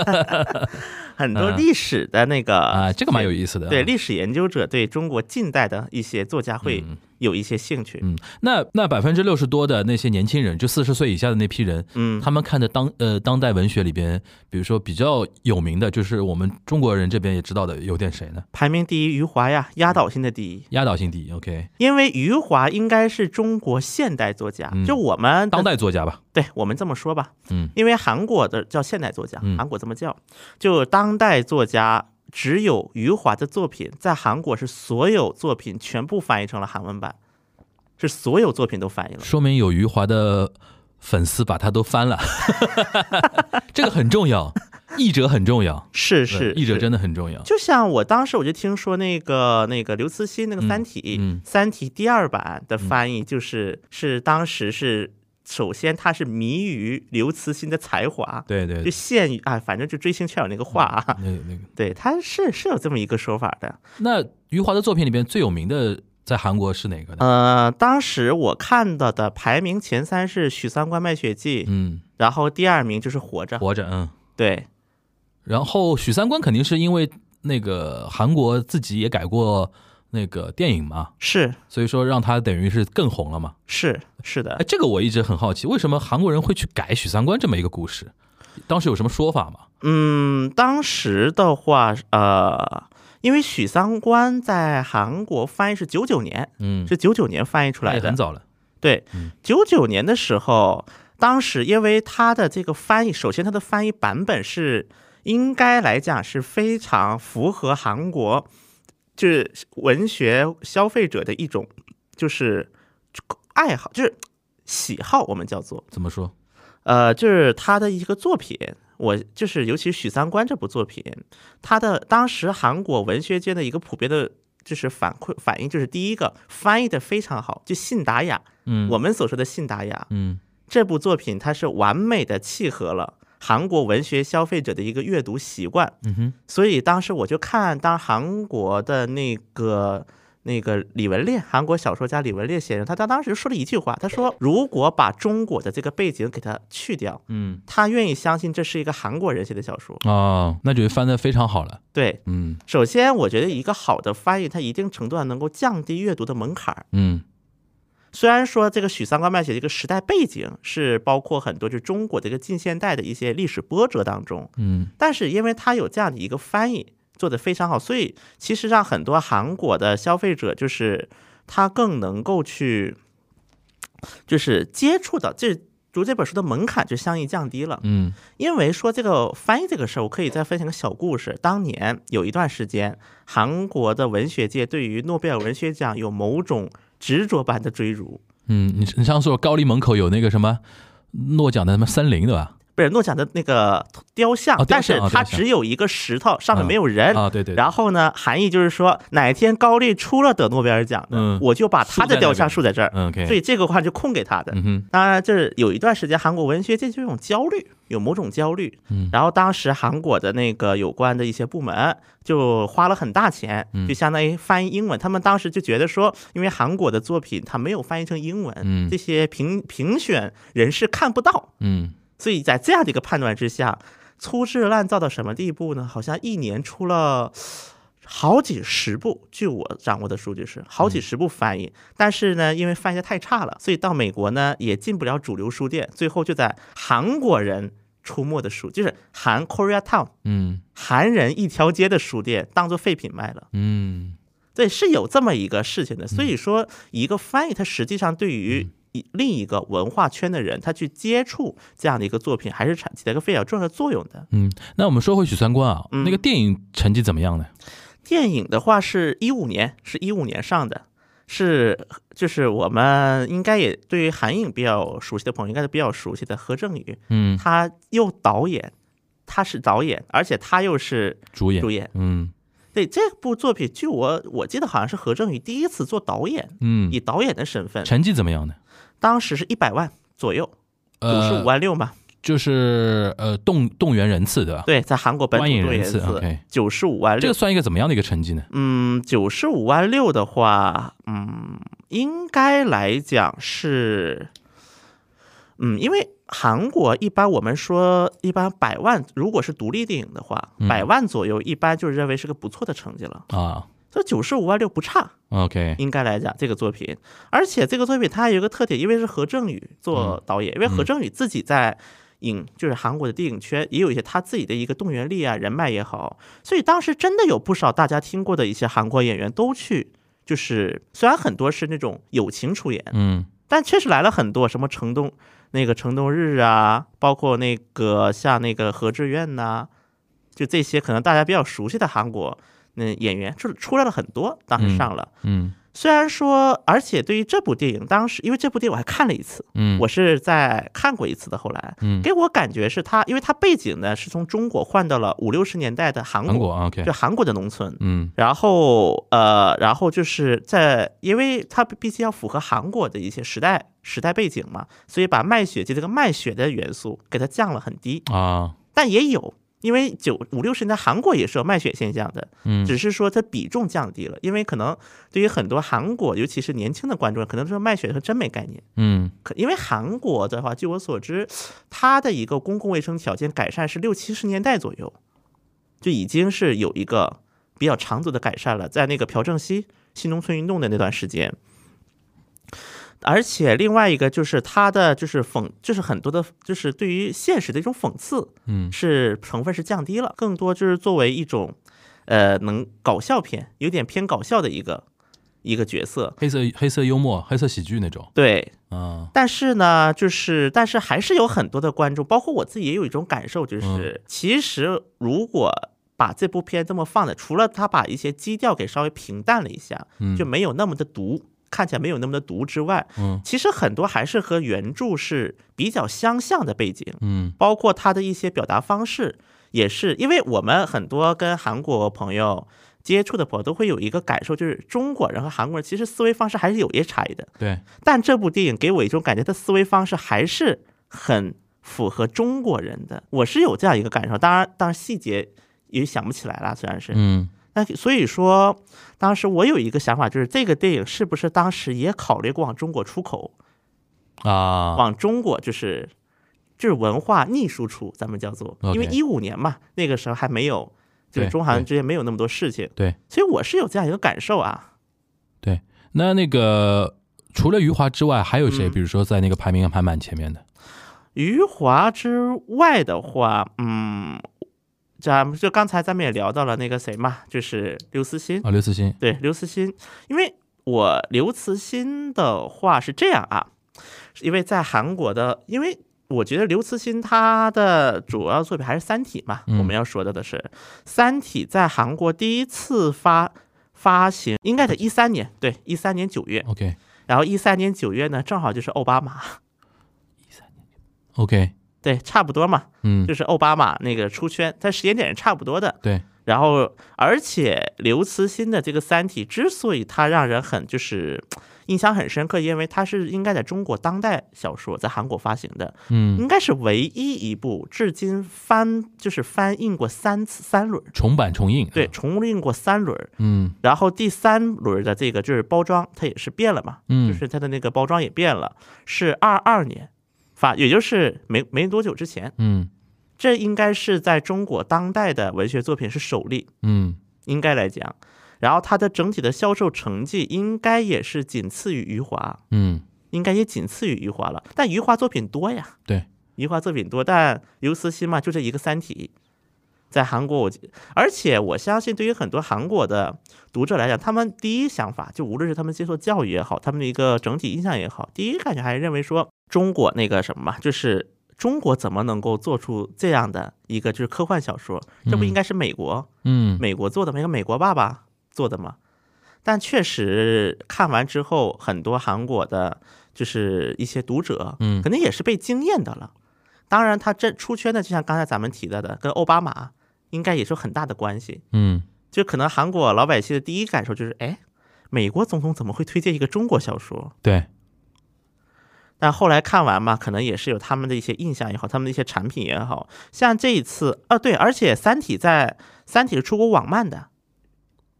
史 的很多历史的那个啊，这个蛮有思。意思的，对历史研究者对中国近代的一些作家会嗯有一些兴趣。嗯，那那百分之六十多的那些年轻人，就四十岁以下的那批人，嗯他们看的当呃当代文学里边，比如说比较有名的，就是我们中国人这边也知道的，有点谁呢？排名第一，余华呀，压倒性的第一。压倒性第一，OK，因为余华应该是中国现代作家，嗯就我们当代作家吧，对我们这么说吧，嗯因为韩国的叫现代作家，嗯韩国这么叫，就当代作家。只有余华的作品在韩国是所有作品全部翻译成了韩文版，是所有作品都翻译了。说明有余华的粉丝把他都翻了， 这个很重要，译者很重要，是对是，译者是真的很重要，就像我当时我就听说那个那个刘慈欣那个《三体》嗯嗯嗯三体》第二版的翻译就是、是当时是首先他是迷于刘慈欣的才华，对对就对，陷于啊，反正就追星圈有那个话啊，那那个对，他是是有这么一个说法的。那余华的作品里边最有名的在韩国是哪个呢？呃，当时我看到的排名前三是《许三观卖血记》嗯，然后第二名就是《活着》，活着，嗯。对，然后许三观肯定是因为那个韩国自己也改过那个电影嘛，是所以说让他等于是更红了嘛。是是的哎，，这个我一直很好奇，为什么韩国人会去改许三观这么一个故事？当时有什么说法吗？嗯，当时的话，呃，因为许三观在韩国翻译是九九年，嗯，是九九年翻译出那来也的，很早了。对，九九年的时候，当时因为它的这个翻译，首先它的翻译版本是应该来讲是非常符合韩国就是文学消费者的一种就是爱好，就是喜好，我们叫做怎么说？呃，就是他的一个作品。我就是，尤其是许三观这部作品，他的当时韩国文学界的一个普遍的，就是反馈反应，就是第一个翻译的非常好，就信达雅，嗯，我们所说的信达雅嗯这部作品，它是完美的契合了韩国文学消费者的一个阅读习惯。嗯哼所以当时我就看，当韩国的那个那个李文烈，韩国小说家李文烈先生，他他当时就说了一句话，他说：“如果把中国的这个背景给它去掉，嗯他愿意相信这是一个韩国人写的小说。哦，那就翻的非常好了。”对，嗯首先我觉得一个好的翻译，它一定程度上能够降低阅读的门槛儿。嗯虽然说这个许三观卖血这个时代背景是包括很多就是中国的一个近现代的一些历史波折当中，嗯但是因为它有这样的一个翻译做得非常好，所以其实让很多韩国的消费者就是他更能够去，就是接触到这。读这本书的门槛就相应降低了，嗯因为说这个翻译这个事儿，我可以再分享个小故事。当年有一段时间，韩国的文学界对于诺贝尔文学奖有某种执着般的追逐，嗯，你你上次说高丽门口有那个什么诺奖的什么森林对吧？不是诺奖的那个雕像，哦雕像但是哦它雕像只有一个石头，上面没有人。啊，对对，哎然后呢，含义就是说，哪天高丽出了得诺贝尔奖的，嗯我就把他的雕像竖在这儿。嗯 OK，所以这个话就空给他的。嗯哼当然，就是有一段时间，韩国文学界就有一种焦虑，有某种焦虑。嗯然后当时韩国的那个有关的一些部门就花了很大钱，嗯就相当于翻译英文。他们当时就觉得说，因为韩国的作品它没有翻译成英文，嗯这些评评选人士看不到，嗯所以在这样的一个判断之下，粗制滥造到什么地步呢？好像一年出了好几十部，据我掌握的数据是好几十部翻译，但是呢，因为翻译的太差了，所以到美国呢也进不了主流书店，最后就在韩国人出没的书，就是韩 Korea Town 嗯韩人一条街的书店当做废品卖了。嗯对，是有这么一个事情的。所以说，一个翻译它实际上对于一另一个文化圈的人，他去接触这样的一个作品，还是产起到一个非常重要的作用的。嗯。那我们说回许三观啊，嗯那个电影成绩怎么样呢？电影的话是一五年，是一五年上的。是，就是我们应该也对于韩影比较熟悉的朋友，应该是比较熟悉的何正宇，嗯，他又导演，他是导演，而且他又是主演，主演。嗯对这部作品，据我我记得好像是何正宇第一次做导演，嗯以，导演的身份，成绩怎么样呢？当时是一百万左右，九十五呃，万六嘛。就是呃动动员人次对吧？对，在韩国本土观影多人人次次，OK 九十五万这六个。算一个怎么样的一个成绩呢？嗯，九十五万六的话，嗯，应该来讲是，嗯，因为韩国一般我们说一般百万，如果是独立电影的话，嗯百万左右一般就认为是个不错的成绩了。啊，这九十五万六不差， OK，应该来讲这个作品，而且这个作品它有一个特点，因为是何正宇做导演，因为何正宇自己在影就是韩国的电影圈也有一些他自己的一个动员力啊、人脉也好，所以当时真的有不少大家听过的一些韩国演员都去，就是虽然很多是那种友情出演，嗯但确实来了很多，什么城东那个城东日啊，包括那个像那个何志远呐、就这些可能大家比较熟悉的韩国嗯演员，出出来了很多，当时上了。嗯虽然说，而且对于这部电影，当时因为这部电影我还看了一次，嗯，我是在看过一次的。后来嗯给我感觉是它，因为它背景呢是从中国换到了五六十年代的韩韩国国，啊 OK，就韩国的农村。嗯然后呃，然后就是在，因为它毕竟要符合韩国的一些时代时代背景嘛，所以把卖血节这个卖血的元素给它降了很低，啊但也有。因为九五六十年代韩国也是有卖血现象的，嗯只是说它比重降低了，因为可能对于很多韩国，尤其是年轻的观众，可能说卖血是真没概念。嗯可因为韩国的话，据我所知，它的一个公共卫生条件改善是六七十年代左右，就已经是有一个比较长足的改善了，在那个朴正熙新农村运动的那段时间。而且另外一个就是它的就是讽，就是很多的，就是对于现实的一种讽刺，嗯是成分是降低了，更多就是作为一种，呃，能搞笑片，有点偏搞笑的一个一个角色。黑色黑色幽默黑色喜剧那种对，啊但是呢，就是但是还是有很多的观众，包括我自己也有一种感受，就是、嗯其实如果把这部片这么放的，除了他把一些基调给稍微平淡了一下，嗯就没有那么的毒，看起来没有那么的毒之外，嗯其实很多还是和原著是比较相像的背景，嗯包括他的一些表达方式，也是因为我们很多跟韩国朋友。接触的朋友都会有一个感受，就是中国人和韩国人其实思维方式还是有一些差异的。对但这部电影给我一种感觉，他思维方式还是很符合中国人的，我是有这样一个感受。当然，当然细节也想不起来了，虽然是。嗯那所以说，当时我有一个想法，就是这个电影是不是当时也考虑过往中国出口，啊往中国就是就是文化逆输出，咱们叫做， OK 因为一五年嘛，那个时候还没有，就对是中韩对之间没有那么多事情，对，所以我是有这样一个感受啊。那那个除了余华之外，还有谁？嗯比如说在那个排名还蛮前面的余华之外的话，嗯，咱们就刚才咱们也聊到了那个谁嘛，就是刘慈欣。啊，刘慈欣对，刘慈欣，因为我刘慈欣的话是这样啊，因为在韩国的，因为我觉得刘慈欣他的主要作品还是《三体》嘛，嗯我们要说到的是《三体》在韩国第一次发发行，应该在一三年，对，一三年九月， OK 然后一三年九月呢，正好就是奥巴马， OK 对，差不多嘛，嗯就是奥巴马那个出圈，它时间点是差不多的。对然后，而且刘慈欣的这个《三体》之所以它让人很就是印象很深刻，因为它是应该在中国当代小说在韩国发行的，嗯应该是唯一一部至今翻就是翻印过三次三轮儿，重版重映对，重印过三轮儿。嗯然后第三轮儿的这个就是包装，它也是变了嘛，嗯就是它的那个包装也变了，是二二年发，也就是没没多久之前，嗯这应该是在中国当代的文学作品是首例，嗯应该来讲。然后它的整体的销售成绩应该也是仅次于余华，嗯应该也仅次于余华了。但余华作品多呀，对余华作品多，但刘慈欣嘛，就这一个《三体》。在韩国我，而且我相信，对于很多韩国的读者来讲，他们第一想法就无论是他们接受教育也好，他们的一个整体印象也好，第一感觉还是认为说中国那个什么嘛，就是中国怎么能够做出这样的一个就是科幻小说？这不嗯应该是美国？嗯美国做的嘛，一个美国爸爸做的嘛。但确实看完之后，很多韩国的，就是一些读者，嗯肯定也是被惊艳的了。当然，他这出圈的，就像刚才咱们提到的，跟奥巴马应该也是有很大的关系。嗯就可能韩国老百姓的第一感受就是，哎，美国总统怎么会推荐一个中国小说？对但后来看完嘛，可能也是有他们的一些印象也好，他们的一些产品也好，像这一次啊，对，而且《三体》在《三体》是出国网漫的，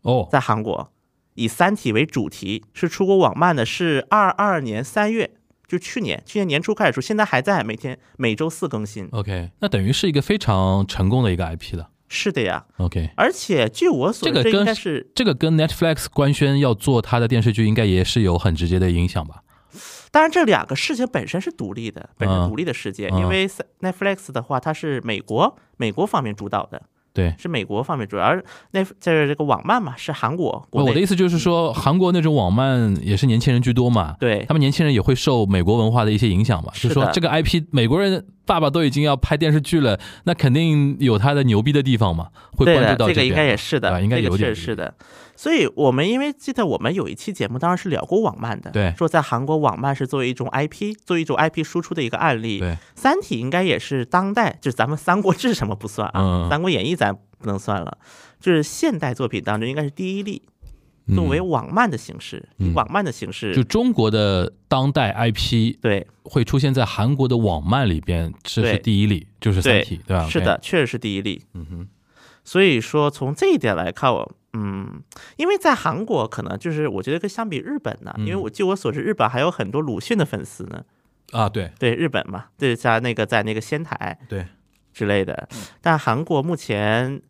哦在韩国以《三体》为主题，是出国网漫的，是二二年三月，就去年，去年年初开始出，现在还在每天每周四更新。 OK，那等于是一个非常成功的一个 IP 了。是的呀， OK，而且据我所这知，个应跟该是这个跟 Netflix 官宣要做它的电视剧，应该也是有很直接的影响吧？当然，这两个事情本身是独立的，本身独立的事件，嗯因为 Netflix 的话，它是美国美国方面主导的，对，是美国方面主导，而那在这个网漫嘛，是韩国国哦我内嗯我的意思就是说，韩国那种网漫也是年轻人居多嘛，对他们年轻人也会受美国文化的一些影响嘛，是就的说这个 IP 美国人爸爸都已经要拍电视剧了，那肯定有他的牛逼的地方嘛，会对关的，注到这个边应该也是对吧的，应该这有个点确实是的。所以我们因为记得我们有一期节目，当时是聊过网漫的，对说在韩国网漫是作为一种 IP，作为一种 IP 输出的一个案例。对，三体》应该也是当代，就是咱们《三国志》什么不算嗯啊，三国演义》咱不能算了，就是现代作品当中应该是第一例，嗯作为网漫的形式，以嗯网漫的形式，就中国的当代 IP 对会出现在韩国的网漫里边，这是对第一例，就是《三对体》，对吧？是的，，确实是第一例。嗯哼，所以说从这一点来看，我嗯，因为在韩国可能就是我觉得跟相比日本呢，嗯因为我据我所知，日本还有很多鲁迅的粉丝呢。啊，对对日本嘛，对在那个在那个仙台对，之类的，但韩国目前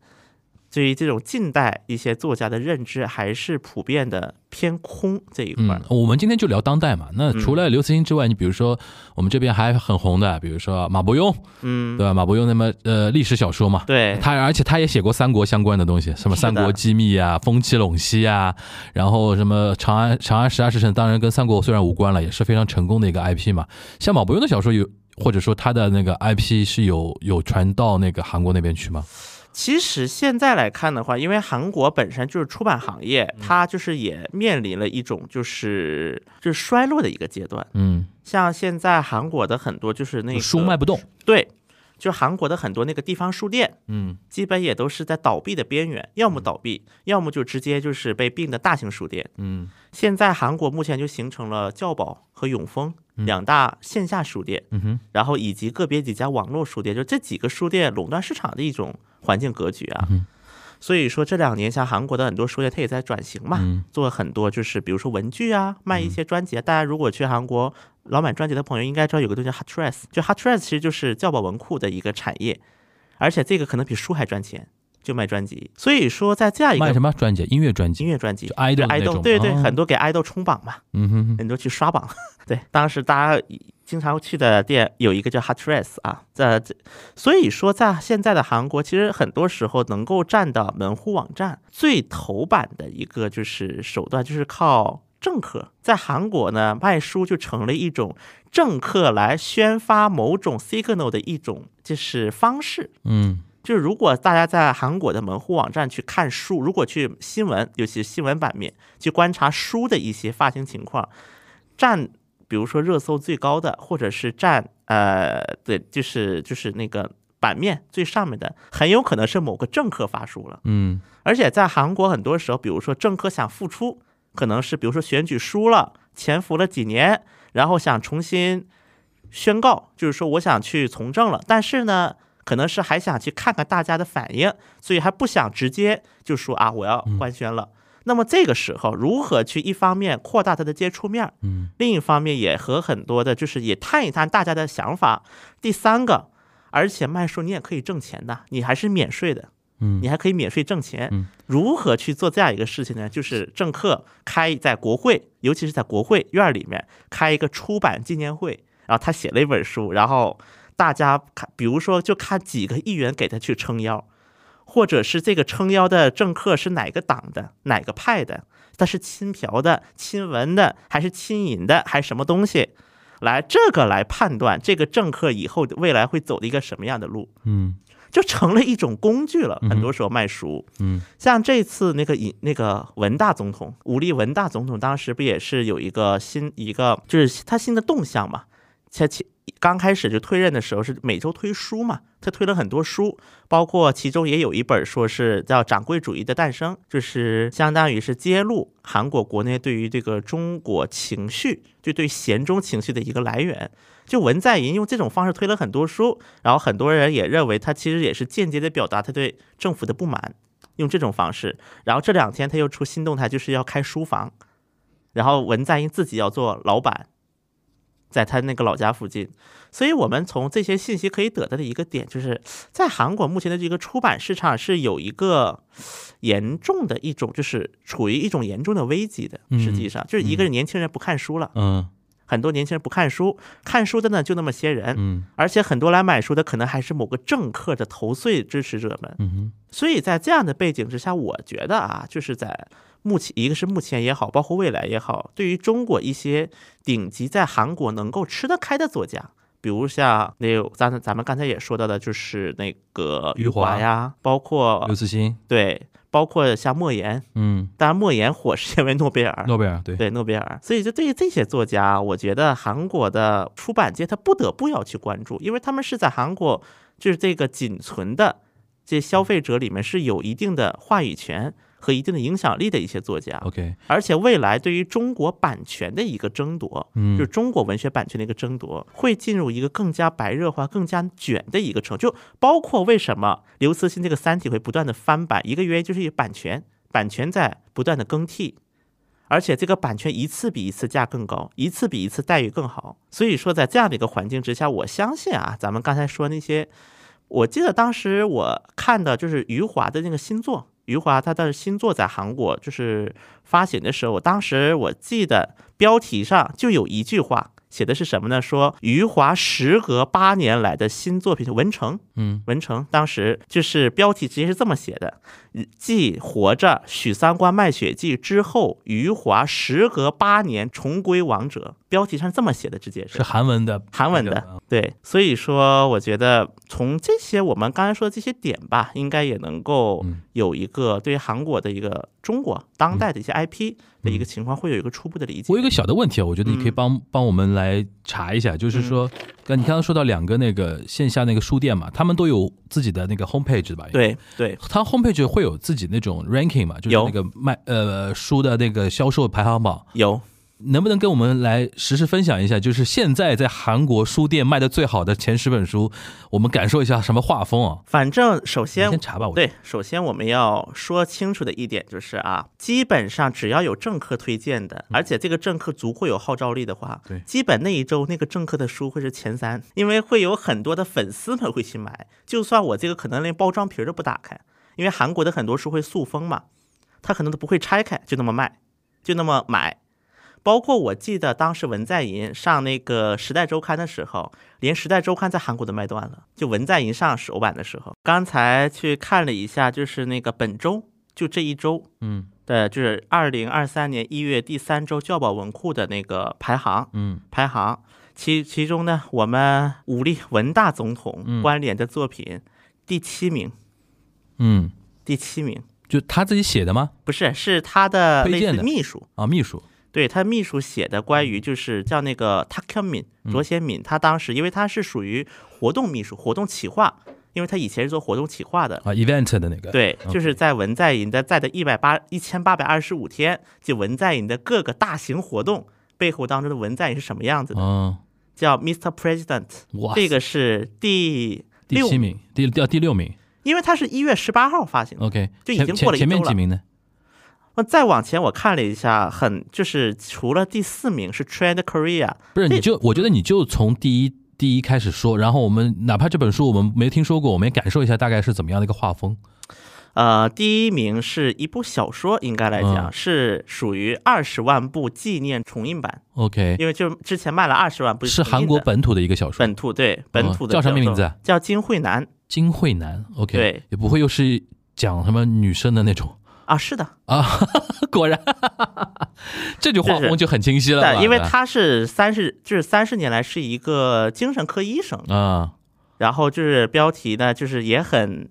对于这种近代一些作家的认知还是普遍的偏空这一块儿嗯，。我们今天就聊当代嘛。嗯那除了刘慈欣之外，你比如说我们这边还很红的，比如说马伯庸，嗯，对吧？马伯庸那么呃历史小说嘛，对他而且他也写过三国相关的东西，什么《是的三国机密》啊，《风起陇西》啊，然后什么《长安长安十二时辰》，当然跟三国虽然无关了，也是非常成功的一个 IP 嘛。像马伯庸的小说有，或者说他的那个 IP 是有有传到那个韩国那边去吗？其实现在来看的话，因为韩国本身就是出版行业，嗯它就是也面临了一种就是就是衰落的一个阶段。嗯，像现在韩国的很多就是那个书卖不动，对，就韩国的很多那个地方书店，嗯，基本也都是在倒闭的边缘，要么倒闭，要么就直接就是被并的大型书店。嗯，现在韩国目前就形成了教保和永丰两大线下书店，嗯哼，然后以及个别几家网络书店，就这几个书店垄断市场的一种环境格局嗯啊。所以说这两年，像韩国的很多书店，它也在转型嘛，嗯做很多就是比如说文具啊，卖一些专辑啊。大家如果去韩国老买专辑的朋友，应该知道有个东西叫 Hot Dress，就 Hot Dress 其实就是教保文库的一个产业，而且这个可能比书还赚钱，就卖专辑。所以说在这样一卖个什么专辑？音乐专音辑？乐专辑，就 idol 就的那 idol，种对对，哦很多给 idol 冲榜嘛，嗯哼哼，很多去刷榜。 对，当时大家经常去的店有一个叫 Hot Dress 啊，在这，所以说在现在的韩国，其实很多时候能够占到门户网站最头版的一个就是手段，就是靠。政客在韩国呢，卖书就成了一种政客来宣发某种 signal 的一种就是方式。嗯。就是如果大家在韩国的门户网站去看书，如果去新闻，尤其是新闻版面去观察书的一些发行情况，占比如说热搜最高的，或者是占呃对，就是就是那个版面最上面的，很有可能是某个政客发书了。嗯而且在韩国很多时候，比如说政客想复出，可能是比如说选举输了，潜伏了几年，然后想重新宣告，就是说我想去从政了，但是呢，可能是还想去看看大家的反应，所以还不想直接就说啊我要官宣了。那么这个时候，如何去一方面扩大他的接触面儿，嗯另一方面也和很多的，就是也探一探大家的想法。第三个，而且卖书你也可以挣钱的，你还是免税的，嗯你还可以免税挣钱。嗯如何去做这样一个事情呢？就是政客开在国会，尤其是在国会院里面开一个出版纪念会，然后他写了一本书，然后大家看，比如说就看几个议员给他去撑腰，或者是这个撑腰的政客是哪个党的、哪个派的，他是亲朴的、亲文的，还是亲尹的，还是什么东西？来，这个来判断这个政客以后的未来会走的一个什么样的路。嗯就成了一种工具了。哼很多时候卖书，嗯，像这次那个尹那个文大总统，武力文大总统当时不也是有一个新一个，就是他新的动向嘛？他其刚开始就推任的时候是每周推书嘛，他推了很多书，包括其中也有一本说是叫《掌柜主义的诞生》，就是相当于是揭露韩国国内对于这个中国情绪，就对贤忠情绪的一个来源。就文在寅用这种方式推了很多书，然后很多人也认为他其实也是间接的表达他对政府的不满，用这种方式。然后这两天他又出新动态，就是要开书房，然后文在寅自己要做老板，在他那个老家附近。所以我们从这些信息可以得到的一个点，就是在韩国目前的这个出版市场是有一个严重的一种，就是处于一种严重的危机的。嗯实际上，就是一个年轻人不看书了，嗯很多年轻人不看书，看书的呢就那么些人，嗯而且很多来买书的可能还是某个政客的头碎支持者们。嗯哼所以在这样的背景之下，我觉得啊，就是在目前，一个是目前也好，包括未来也好，对于中国一些顶级在韩国能够吃得开的作家，比如像那个咱咱们刚才也说到的，就是那个余余华华呀，包括刘慈欣，对，包括像莫言，嗯，当然莫言火是因为诺贝尔，诺贝尔对，对诺贝尔，所以就对于这些作家，我觉得韩国的出版界他不得不要去关注，因为他们是在韩国就是这个仅存的这消费者里面是有一定的话语权和一定的影响力的一些作家， OK，而且未来对于中国版权的一个争夺，嗯就是中国文学版权的一个争夺，会进入一个更加白热化、更加卷的一个程度。就包括为什么刘慈欣这个《三体》会不断的翻版，一个原因就是有版权，版权在不断的更替，而且这个版权一次比一次价更高，一次比一次待遇更好。所以说，在这样的一个环境之下，我相信啊，咱们刚才说那些，我记得当时我看的就是余华的那个新作。余华他的新作在韩国就是发行的时候，当时我记得标题上就有一句话，写的是什么呢？说余华时隔八年来的新作品《文成》，嗯文成当时就是标题直接是这么写的：嗯继《活着》《许三观卖血记》之后，余华时隔八年重归王者。标题上这么写的，直接是韩文的嗯韩文那个的，对，所以说我觉得从这些我们刚才说的这些点吧，应该也能够嗯有一个对于韩国的一个中国当代的一些 IP 的一个情况，会有一个初步的理解我有。一个小的问题啊，我觉得你可以嗯帮、帮我们来查一下，就是说，刚你刚刚说到两个那个线下那个书店嘛，他们都有自己的那个 homepage 吧？。对对，它 homepage 会有自己那种 ranking 嘛，就是有那个卖呃书的那个销售排行榜，有能不能跟我们来实时分享一下？就是现在在韩国书店卖的最好的前十本书，我们感受一下什么画风啊？反正首你先先查吧，我。对，首先我们要说清楚的一点就是啊，基本上只要有政客推荐的，而且这个政客足够有号召力的话，嗯对基本那一周那个政客的书会是前三，因为会有很多的粉丝们会去买，就算我这个可能连包装皮儿都不打开，因为韩国的很多书会塑封嘛，他可能都不会拆开，就那么卖，就那么买。包括我记得当时文在寅上那个《时代周刊》的时候，连《时代周刊》在韩国都卖断了。就文在寅上首版的时候，刚才去看了一下，就是那个本周，就这一周嗯的，就是二零二三年一月第三周教保文库的那个排行嗯排行。其其中呢，我们武力文大总嗯统关联的作品、第七名，嗯，第七名就他自己写的吗？不是是他的推类荐似的秘书，啊，秘书，对他秘书写的关嗯于就是叫那个 t a k y m i n 卓贤敏，他当时因为他是属于活动秘书、活动企划，因为他以前是做活动企划的。啊，event 的那个，对， OK 就是在文在寅的在的一百八一千八百二十五天，就文在寅的各个大型活动背后当中的文在寅是什么样子的？嗯，叫 Mr. President，哇，这个是第第六七，名，第掉第六名因为他是一月十八号发行的。 ，OK，就已前经前过了一前面周了几名呢？那再往前我看了一下，很就是除了第四名是 Trend Korea，不是，这你就我觉得你就从第一第一开始说，然后我们哪怕这本书我们没听说过，我们也感受一下大概是怎么样的一个画风。呃，第一名是一部小说，应该来讲、嗯是属于二十万部纪念重印版， OK，因为就之前卖了二十万部是重印的韩国本土的一个小说，本土对本土的叫什么作名字啊叫金惠南金惠南。OK，对，也不会又是讲什么女生的那种 啊，是的，啊，果然， 这就画这风是就很清晰了吧，对，因为对吧他是三十，就是三十年来是一个精神科医生，啊，然后就是标题呢，就是也很，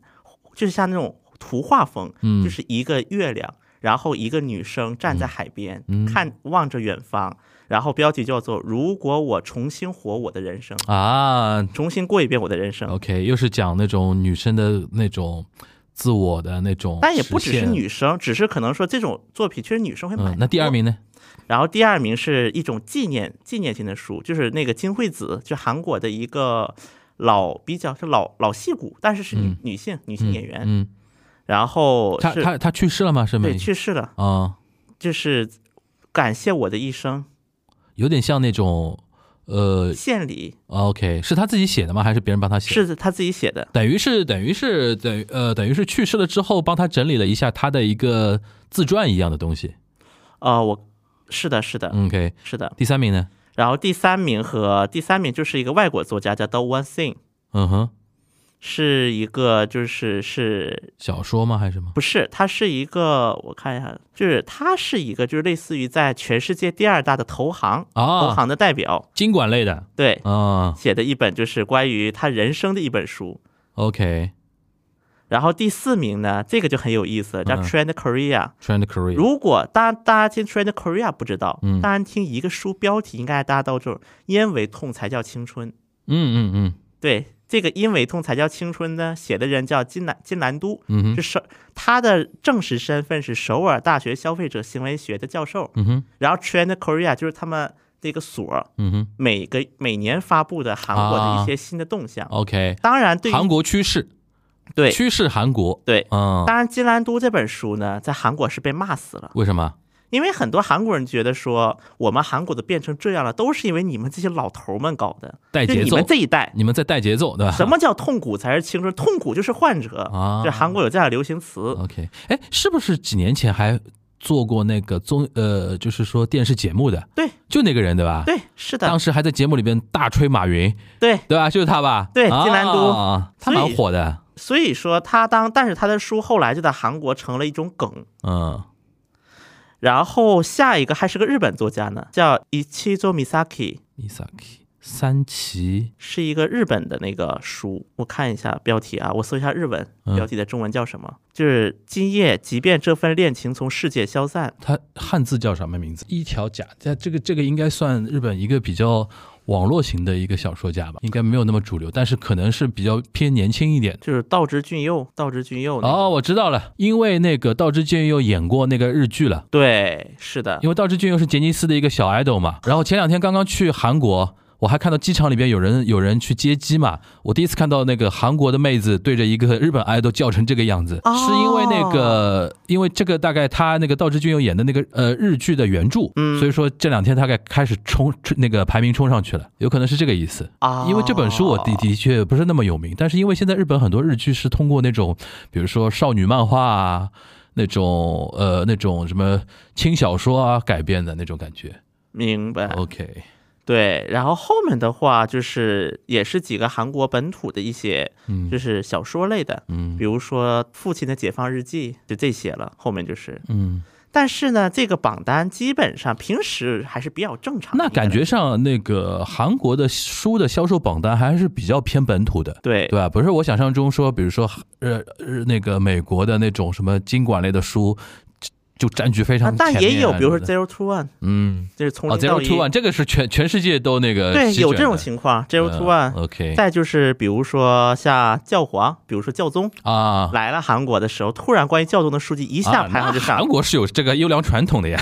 就是像那种图画风，嗯就是一个月亮，然后一个女生站在海边，嗯看望着远方，然后标题叫做“如果我重新活我的人生”。啊重新过一遍我的人生。 ，OK，又是讲那种女生的那种自我的那种，但也不只是。女生，只是可能说这种作品确实女生会买、嗯，那第二，名呢？然后第二名是一种纪念纪念性的书，就是那个金惠子，就韩国的一个老比较是老老戏骨，但是是女、嗯女性女性嗯演员。嗯，然后他是他他去世了吗？是没对去世了，啊，就是感谢我的一生。有点像那种呃献礼，OK，是他自己写的吗？还是别人帮他写？，是他自己写的，等于是等于是等于呃等于是去世了之后帮他整理了一下他的一个自传一样的东西。呃，我是的，是的， OK，是的。第三名呢？然后第三名和第三名就是一个外国作家叫 Do One Thing，嗯哼，是一个就是是小说吗？还是什么？不是？他是一个我看一下，就是他是一个就是类似于在全世界第二大的投行投啊，行的代表，经管类的对，啊。写的一本就是关于他人生的一本书。 OK，Trend 然后第四名呢，这个就很有意思，叫嗯 Trend Korea。 Korea，如果大大家听 Trend Korea 不知道，嗯大家听一个书标题，应该大家都就是“因为痛才叫青春嗯嗯嗯”。对，这个“因为痛才叫青春”呢，写的人叫金南金南都，嗯哼，是首他的正式身份是首尔大学消费者行为学的教授。嗯哼，然后 Trend Korea 就是他们这个所嗯哼每个每年发布的韩国的一些新的动向。 ，OK，当然，对于啊哦韩国趋势，对趋势韩国，对，嗯，当然金兰都这本书呢，在韩国是被骂死了。为什么？因为很多韩国人觉得说，我们韩国的变成这样了，都是因为你们这些老头儿们搞的，带就节你奏嗯们，这一代，你们在带节奏，对吧？ 什么叫痛苦才是青春？痛苦就是患者啊这韩国有这样的流行词。 ？OK，哎，是不是几年前还做过那个综呃，就是说电视节目的？对，就那个人对吧？，对，是的当，时还在节目里边大吹马云，对。对吧？就是他吧？对啊金兰都啊他蛮火的，所以说他当，但是他的书后来就在韩国成了一种梗。嗯然后下一个还是个日本作家呢，叫伊七佐米萨 i ，Misaki 三崎，是一个日本的那个书，我看一下标题啊，我搜一下日文嗯标题的中文叫什么？就是今夜，即便这份恋情从世界消散，他汉字叫什么名字？一条甲，在这个这个应该算日本一个比较。网络型的一个小说家吧，应该没有那么主流，但是可能是比较偏年轻一点的。就是道之俊佑，道之俊佑那个哦，我知道了，因为那个道之俊佑演过那个日剧了，对，是的，因为道之俊佑是杰尼斯的一个小 idol 嘛。然后前两天刚刚去韩国，我还看到机场里边有人有人去接机嘛，我第一次看到那个韩国的妹子对着一个日本 idol 叫成这个样子，哦是因为那个因为这个大概他那个道之俊佑演的那个呃日剧的原著，嗯所以说这两天大概开始冲冲那个排名冲上去了，有可能是这个意思。啊，因为这本书我的的确不是那么有名，但是因为现在日本很多日剧是通过那种，比如说少女漫画啊，那种呃那种什么轻小说啊改编的那种感觉。明白， OK，对，然后后面的话就是也是几个韩国本土的一些嗯就是小说类的，嗯比如说《父亲的解放日记》就这些了，后面就是，嗯，但是呢，这个榜单基本上平时还是比较正常的，那感觉上那个韩国的书的销售榜单还是比较偏本土的。对对吧？不是我想象中说，比如说呃呃那个美国的那种什么经管类的书，就就占据非啊常，但前也面有，啊比如什么说的 Zero to One，嗯就是从哦零到，Zero 一 to One 这个是全全世界都那个对，席有卷这种的情况，Zero 嗯 to One。 OK 再就是比如说像教皇，比如说教宗啊，来了韩国的时候，突然关于教宗的书籍一下啊排行那就上了韩。国是有这个优良传统的呀。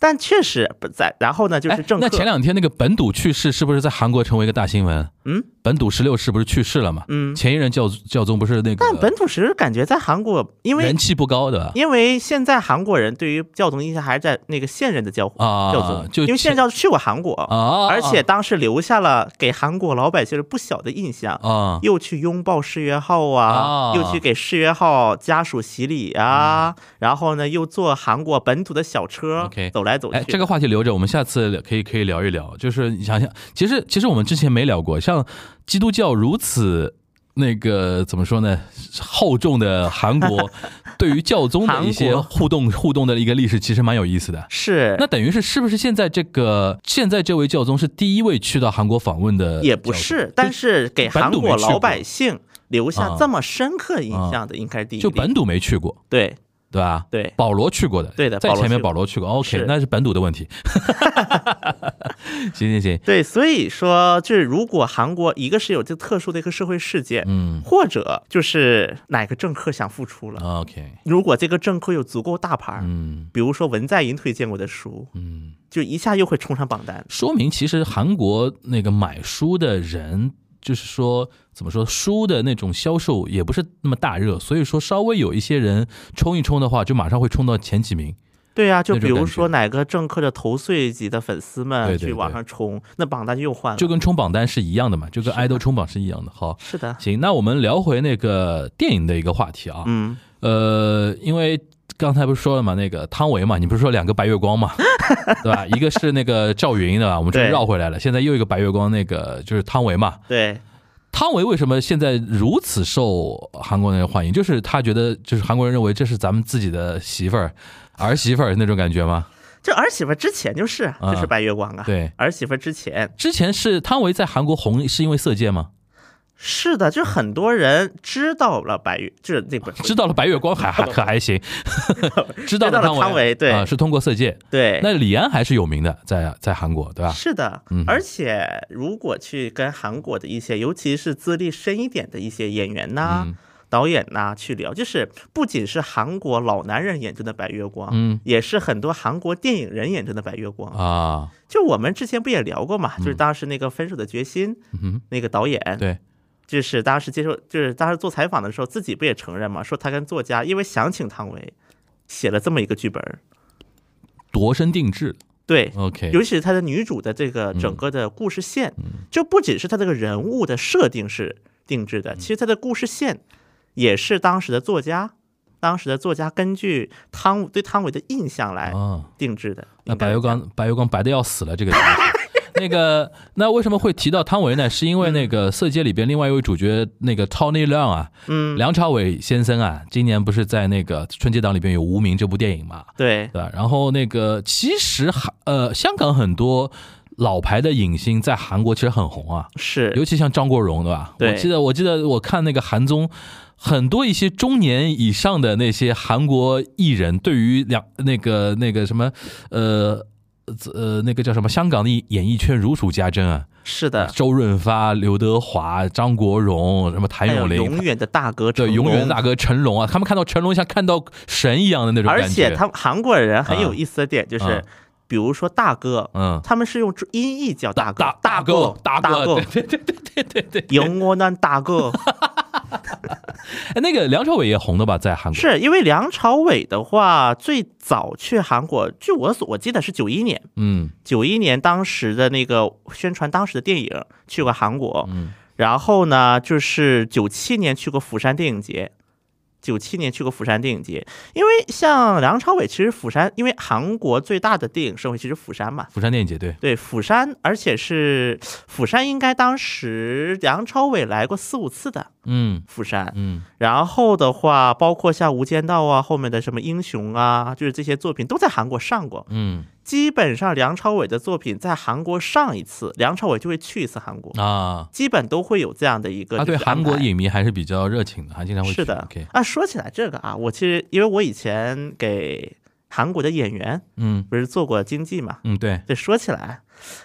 但确实不在。然后呢，就哎是，政 客。那前两天那个本笃去世，是不是在韩国成为一个大新闻？嗯，本笃十六世不是去世了吗？嗯，前一任教教宗不是那个，但本土实感觉在韩国，因为人气不高的因为现在韩国人对于教宗印象还是在那个现任的教皇、啊教宗，就因为前现任教宗去过韩国，啊，而且当时留下了给韩国老百姓不小的印象。啊，又去拥抱世越号啊，啊嗯又去给世越号家属洗礼啊，然后呢，又坐韩国本土的小车 OK 走来走去。哎，这个话题留着，我们下次聊可以可以聊一聊。就是你想想，其实其实我们之前没聊过，像基督教如此那个怎么说呢，厚重的韩 国，对于教宗的一些韩国互动互动的一个历史，其实蛮有意思的。是那等于是是不是现在这个现在这位教宗是第一位去到韩国访问的？也不是，但是给本韩土没国去过老百姓留下啊这么深刻印啊象的，应该是第一就例本土没去过，对对吧？对保罗去过的，对的在保罗前面去过保罗去过，OK，哦是那是本土的问题。 行行行，对，所以说就是如果韩国一个是有这特殊的一个社会事件，嗯或者就是哪个政客想复出了， ，OK，如果这个政客有足够大牌儿，哦嗯比如说文在寅推荐过的书，嗯。就一下又会冲上榜单。说明其实韩国那个买书的人，就是说怎么说，书的那种销售也不是那么大热，所以说稍微有一些人冲一冲的话，就马上会冲到前几名。对呀、就那比种如感觉说哪个政客的头碎级的粉丝对们对去网对上冲，那榜单就又换了。就跟冲榜单是一样的嘛，就跟嗯是的 idol 冲榜是一样的。好，是的，行，那我们聊回那个电影的一个话题啊，嗯，呃，因为刚才不是说了嘛，那个汤唯嘛，你不是说两个白月光 嘛，对吧？一个是那个赵云，对吧？我们终于对绕回来了，现在又一个白月光，那个就是汤唯嘛。对，汤唯为什么现在如此受韩国人欢迎？就是他觉得，就是韩国人认为这是咱们自己的媳妇儿、儿媳妇儿那种感觉吗？这儿媳妇之前就是啊啊就是白月光啊，对儿媳妇之前之前是汤唯在韩国红是因为《色戒》吗？是的，就很多人知道了白月，就是那不知道了白月光还还可还 行，知道知道了了汤唯对啊是通过《色戒》。对，那李安还是有名的，在在韩国，对吧？是的嗯，而且如果去跟韩国的一些，尤其是资历深一点的一些演员呐、嗯导演呐、去聊，就是不仅是韩国老男人眼中的白月光，嗯也是很多韩国电影人眼中的白月光。啊，就我们之前不也聊过嘛，就是当时那个《分手的决心》嗯哼，那个导演，对，就是当时接受，就是当时做采访的时候，自己不也承认嘛，说他跟作家因为想请汤唯，写了这么一个剧本儿，度身定制对， ，OK，尤其是她的女主的这个嗯整个的故事线，就不仅是她这个人物的设定是定制嗯的，其实她的故事线也是当时的作家，当时的作家根据汤对汤唯的印象来啊，定制的。那应该白月光，白月光白的要死了，这个东西。 那个，那为什么会提到汤唯呢？是因为那个《色戒》里边另外一位主角那个 Tony l e o n 啊，嗯，梁朝伟先生啊，今年不是在那个春节档里边有《无名》这部电影嘛，对，对吧？然后那个其实韩呃香港很多老牌的影星在韩国其实很红啊，尤是，其像张国荣，对吧？对我记得，我记得我看那个韩综，很多一些中年以上的那些韩国艺人，对于两那个那个什么，呃。呃，那个叫什么？香港的演艺圈如数家珍啊，是的，周润发、刘德华、张国荣，什么谭还有咏麟，永远的大哥成对，龙，永远大哥成龙啊，他们看到成龙像看到神一样的那种而感觉。且他们韩国人很有意思的点就啊是，比如说大哥，嗯他们是用音译叫大哥，大大哥哥，大大哥哥，对对对对对对对。 영원한 大哥。哎，那个梁朝伟也红的吧，在韩国是因为梁朝伟的话，最早去韩国，据我所我记得是九一年，嗯九一年当时的那个宣传当时的电影去过韩国，然后呢就是九七年去过釜山电影节。九七年去过釜山电影节，因为像梁朝伟，其实釜山，因为韩国最大的电影盛会其实釜山嘛，釜山电影节对，对釜山，而且是釜山，应该当时梁朝伟来过四五次的嗯釜山，嗯。然后的话，包括像《无间道》啊，后面的什么《英雄》啊，就是这些作品都在韩国上过。嗯基本上梁朝伟的作品在韩国上一次，梁朝伟就会去一次韩国，啊，基本都会有这样的一个他对就是安韩国排影迷还是比较热情的，还经常会是去的 OK，啊。说起来这个啊，我其实因为我以前给韩国的演员嗯不是做过经济嘛，嗯，对，对，说起来，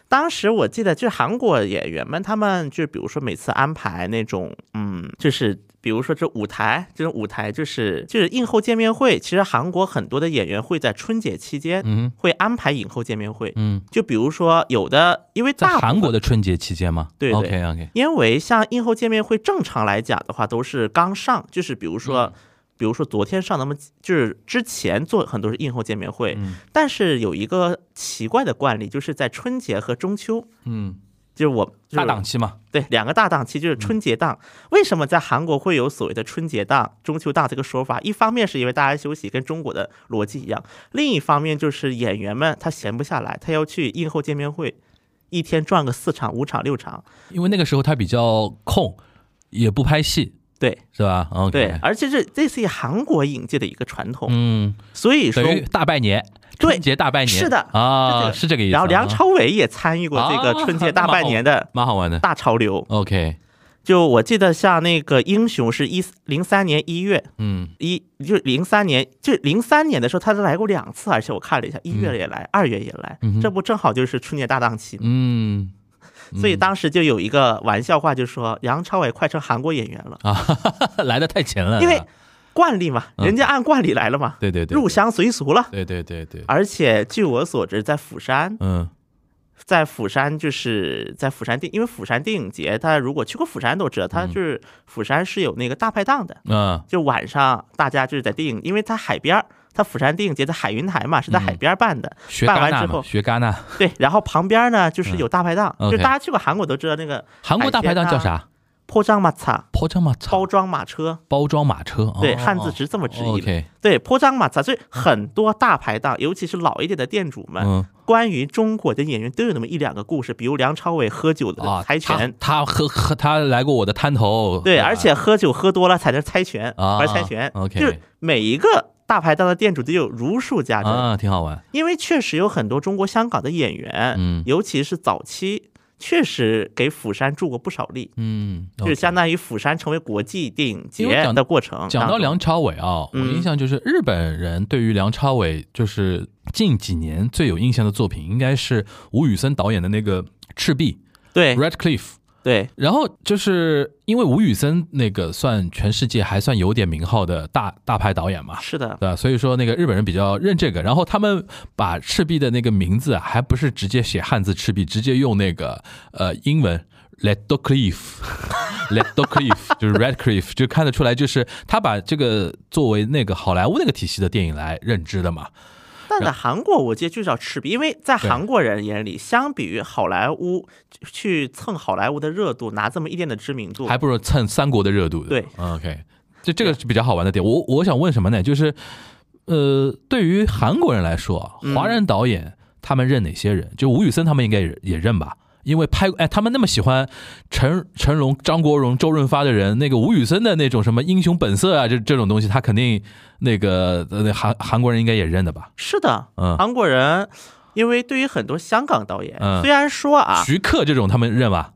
当时我记得，就是韩国演员们，他们就比如说每次安排那种，嗯，就是比如说这舞台，这种舞台就是就是映后见面会。其实韩国很多的演员会在春节期间嗯会安排影后见面会，嗯，就比如说有的，因为在大部韩国分。的春节期间吗？对对 OK OK，因为像映后见面会，正常来讲的话都是刚上，就是比如嗯说，比如说昨天上，那么就是之前做很多是映后见面会，嗯但是有一个奇怪的惯例，就是在春节和中秋，嗯，就是我就是大档期嗯嘛，对两个大档期就是春节档。为什么在韩国会有所谓的春节档、中秋档这个说法？一方面是因为大家休息，跟中国的逻辑一样；另一方面就是演员们他闲不下来，他要去映后见面会，一天转个四场、五场、六场。因为那个时候他比较空，也不拍戏，对是吧？OK，对，而且这这是一韩国影界的一个传统，嗯，所以说等于大拜年，对春节大拜年，是的啊，是是这个意思。然后梁啊朝伟也参与过这啊个春节大半年的蛮好玩的大潮流。 ，OK，就我记得像那个《英雄》是一零三年一月，嗯一就是零三年，就零三年的时候，他来过两次，而且我看了一下，一月也来，二、月也来，嗯嗯哼这不正好就是春节大档期吗，嗯所以当时就有一个玩笑话，就说梁朝伟快成韩国演员了，啊， 哈哈哈来的太勤了，因为惯例嘛，人家按惯例来了嘛，对嗯对对，入啊乡随俗了。对对对对，而且据我所知，在釜山，嗯在釜山就是在釜山电，因为釜山电影节，大家如果去过釜山都知道，嗯它就是釜山是有那个大排档的，啊就晚上大家就是在电影，因为它海边儿它釜山电影节在海云台嘛，是在海嗯边办的。学办戛完纳之嘛，后学戛纳，对，然后旁边呢就是有大排档，嗯就 OK 大家去过韩国都知道那个韩国大排档叫啊啥？坡张马擦包装马车包，装马车，包装马车，哦对，哦汉字哦是这么直译的。 OK，对，坡张马擦，所以很多大排档，尤其是老一点的店主们，嗯关于中国的演员都有那么一两个故事，比如梁朝伟喝酒的啊，猜拳，他他喝喝他来过我的滩头，对，吧而且喝酒喝多了才能猜拳，啊玩猜拳， OK 就是每一个。大排档的店主都有如数家珍，啊挺好玩，因为确实有很多中国香港的演员，嗯尤其是早期，确实给釜山助过不少力。嗯，就是 OK 相当于釜山成为国际电影因为节讲的过程。讲到梁，朝伟啊，我嗯印象就是日本人对于梁朝伟，就是近几年最有印象的作品，应该是吴宇森导演的那个《赤壁对》 （Red Cliff）。对然后就是因为吴宇森那个算全世界还算有点名号的大大牌导演嘛，是的，对吧？所以说那个日本人比较认这个，然后他们把赤壁的那个名字啊，还不是直接写汉字赤壁，直接用那个呃英文 Red d o Cliff。Red d o Cliff 就是 Red Cliff，就看得出来，就是他把这个作为那个好莱坞那个体系的电影来认知的嘛。但在韩国，我记得就叫赤壁，因为在对韩国人眼里，相比于好莱坞去蹭好莱坞的热度，拿这么一点的知名度还，不如蹭三国的热度的。对嗯，OK，这这个是比较好玩的点。我我想问什么呢？就是，呃，对于韩国人来说啊，嗯华人导演他们认哪些人？就吴宇森他们应该也也认吧。因为拍哎，他们那么喜欢成成龙、张国荣、周润发的人，那个吴宇森的那种什么英雄本色啊，这这种东西，他肯定那个呃那韩韩国人应该也认的吧？是的，嗯韩国人，因为对于很多香港导演嗯，虽然说啊，徐克这种他们认吧？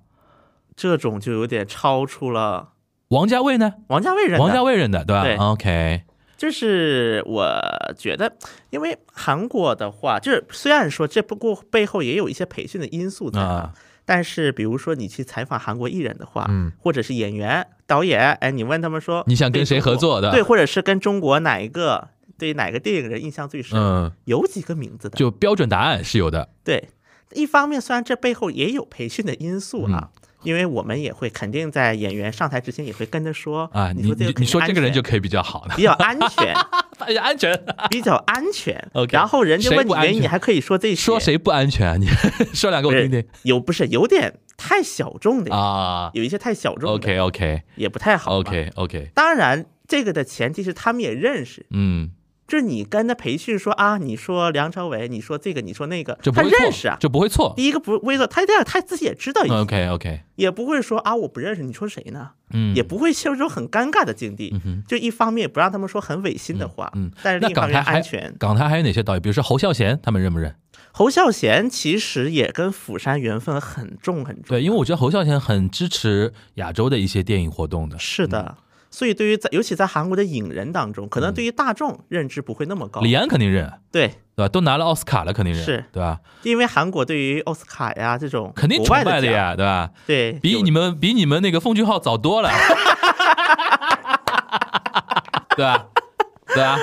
这种就有点超出了王家卫呢？王家卫人的，王家卫认的对吧对 o k 就是我觉得，因为韩国的话，就是虽然说这不过背后也有一些培训的因素在啊嗯啊，但是比如说你去采访韩国艺人的话，或者是演员、导演，哎，你问他们说你想跟谁合作对的中国对，或者是跟中国哪一个对哪个电影人印象最深，嗯，有几个名字的，就标准答案是有的，对，一方面虽然这背后也有培训的因素啊。嗯因为我们也会肯定在演员上台之前也会跟着说啊，你说这你个你肯定说这个人安全就可以比较 好的，比较安全，哎呀，安全。比较安全 OK，。然后人家谁问不你安原因，全你还可以说这 些。说谁不安全啊？你 说两个不我是听听有不是有点太小众的，啊。有一些太小众的 OK OK 也不太好吧。 OK OK，当然，这个的前提是他们也认识，嗯，就是你跟他培训说啊，你说梁朝伟，你说这个，你说那个，就不他会认识错啊，。就不会错。第一个不微错，他这样他自己也知道一些， OK OK，也不会说啊我不认识，你说谁呢？嗯，也不会陷入这种很尴尬的境地。哼就一方面不让他们说很违心的话，嗯，但是那另一方港面台还安全。港台还有哪些导演？比如说侯孝贤，他们认不认？侯孝贤其实也跟釜山缘分很重很重，对，因为我觉得侯孝贤很支持亚洲的一些电影活动的。是的。所以，对于在尤其在韩国的影人当中，可能对于大众认知不会那么高。嗯李安肯定认，啊对，对吧？都拿了奥斯卡了，肯定认，是对吧？因为韩国对于奥斯卡呀这种肯定国崇外拜的的奖，呀，对吧？对， 比有你们比你们那个奉俊昊早多了， 对吧？对啊，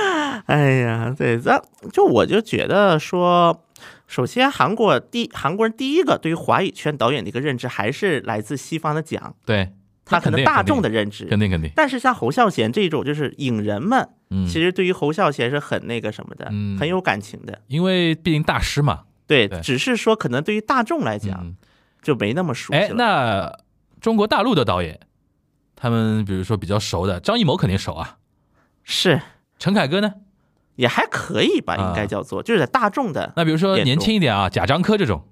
哎呀，对，咱就我就觉得说，首先韩国第韩国人第一个对于华语圈导演的一个认知还是来自西方的奖，对，他可肯能定大众的肯认知定，肯定肯定，但是像侯孝贤这种，就是影人们，嗯其实对于侯孝贤是很那个什么的，嗯很有感情的。因为毕竟大师嘛。对，对只是说可能对于大众来讲、嗯，就没那么熟悉哎，了。那中国大陆的导演，他们比如说比较熟的，张艺谋肯定熟啊，是陈凯歌呢？也还可以吧，啊应该叫做、就是在大众的那比如说也熟年轻一点啊，贾樟柯这种，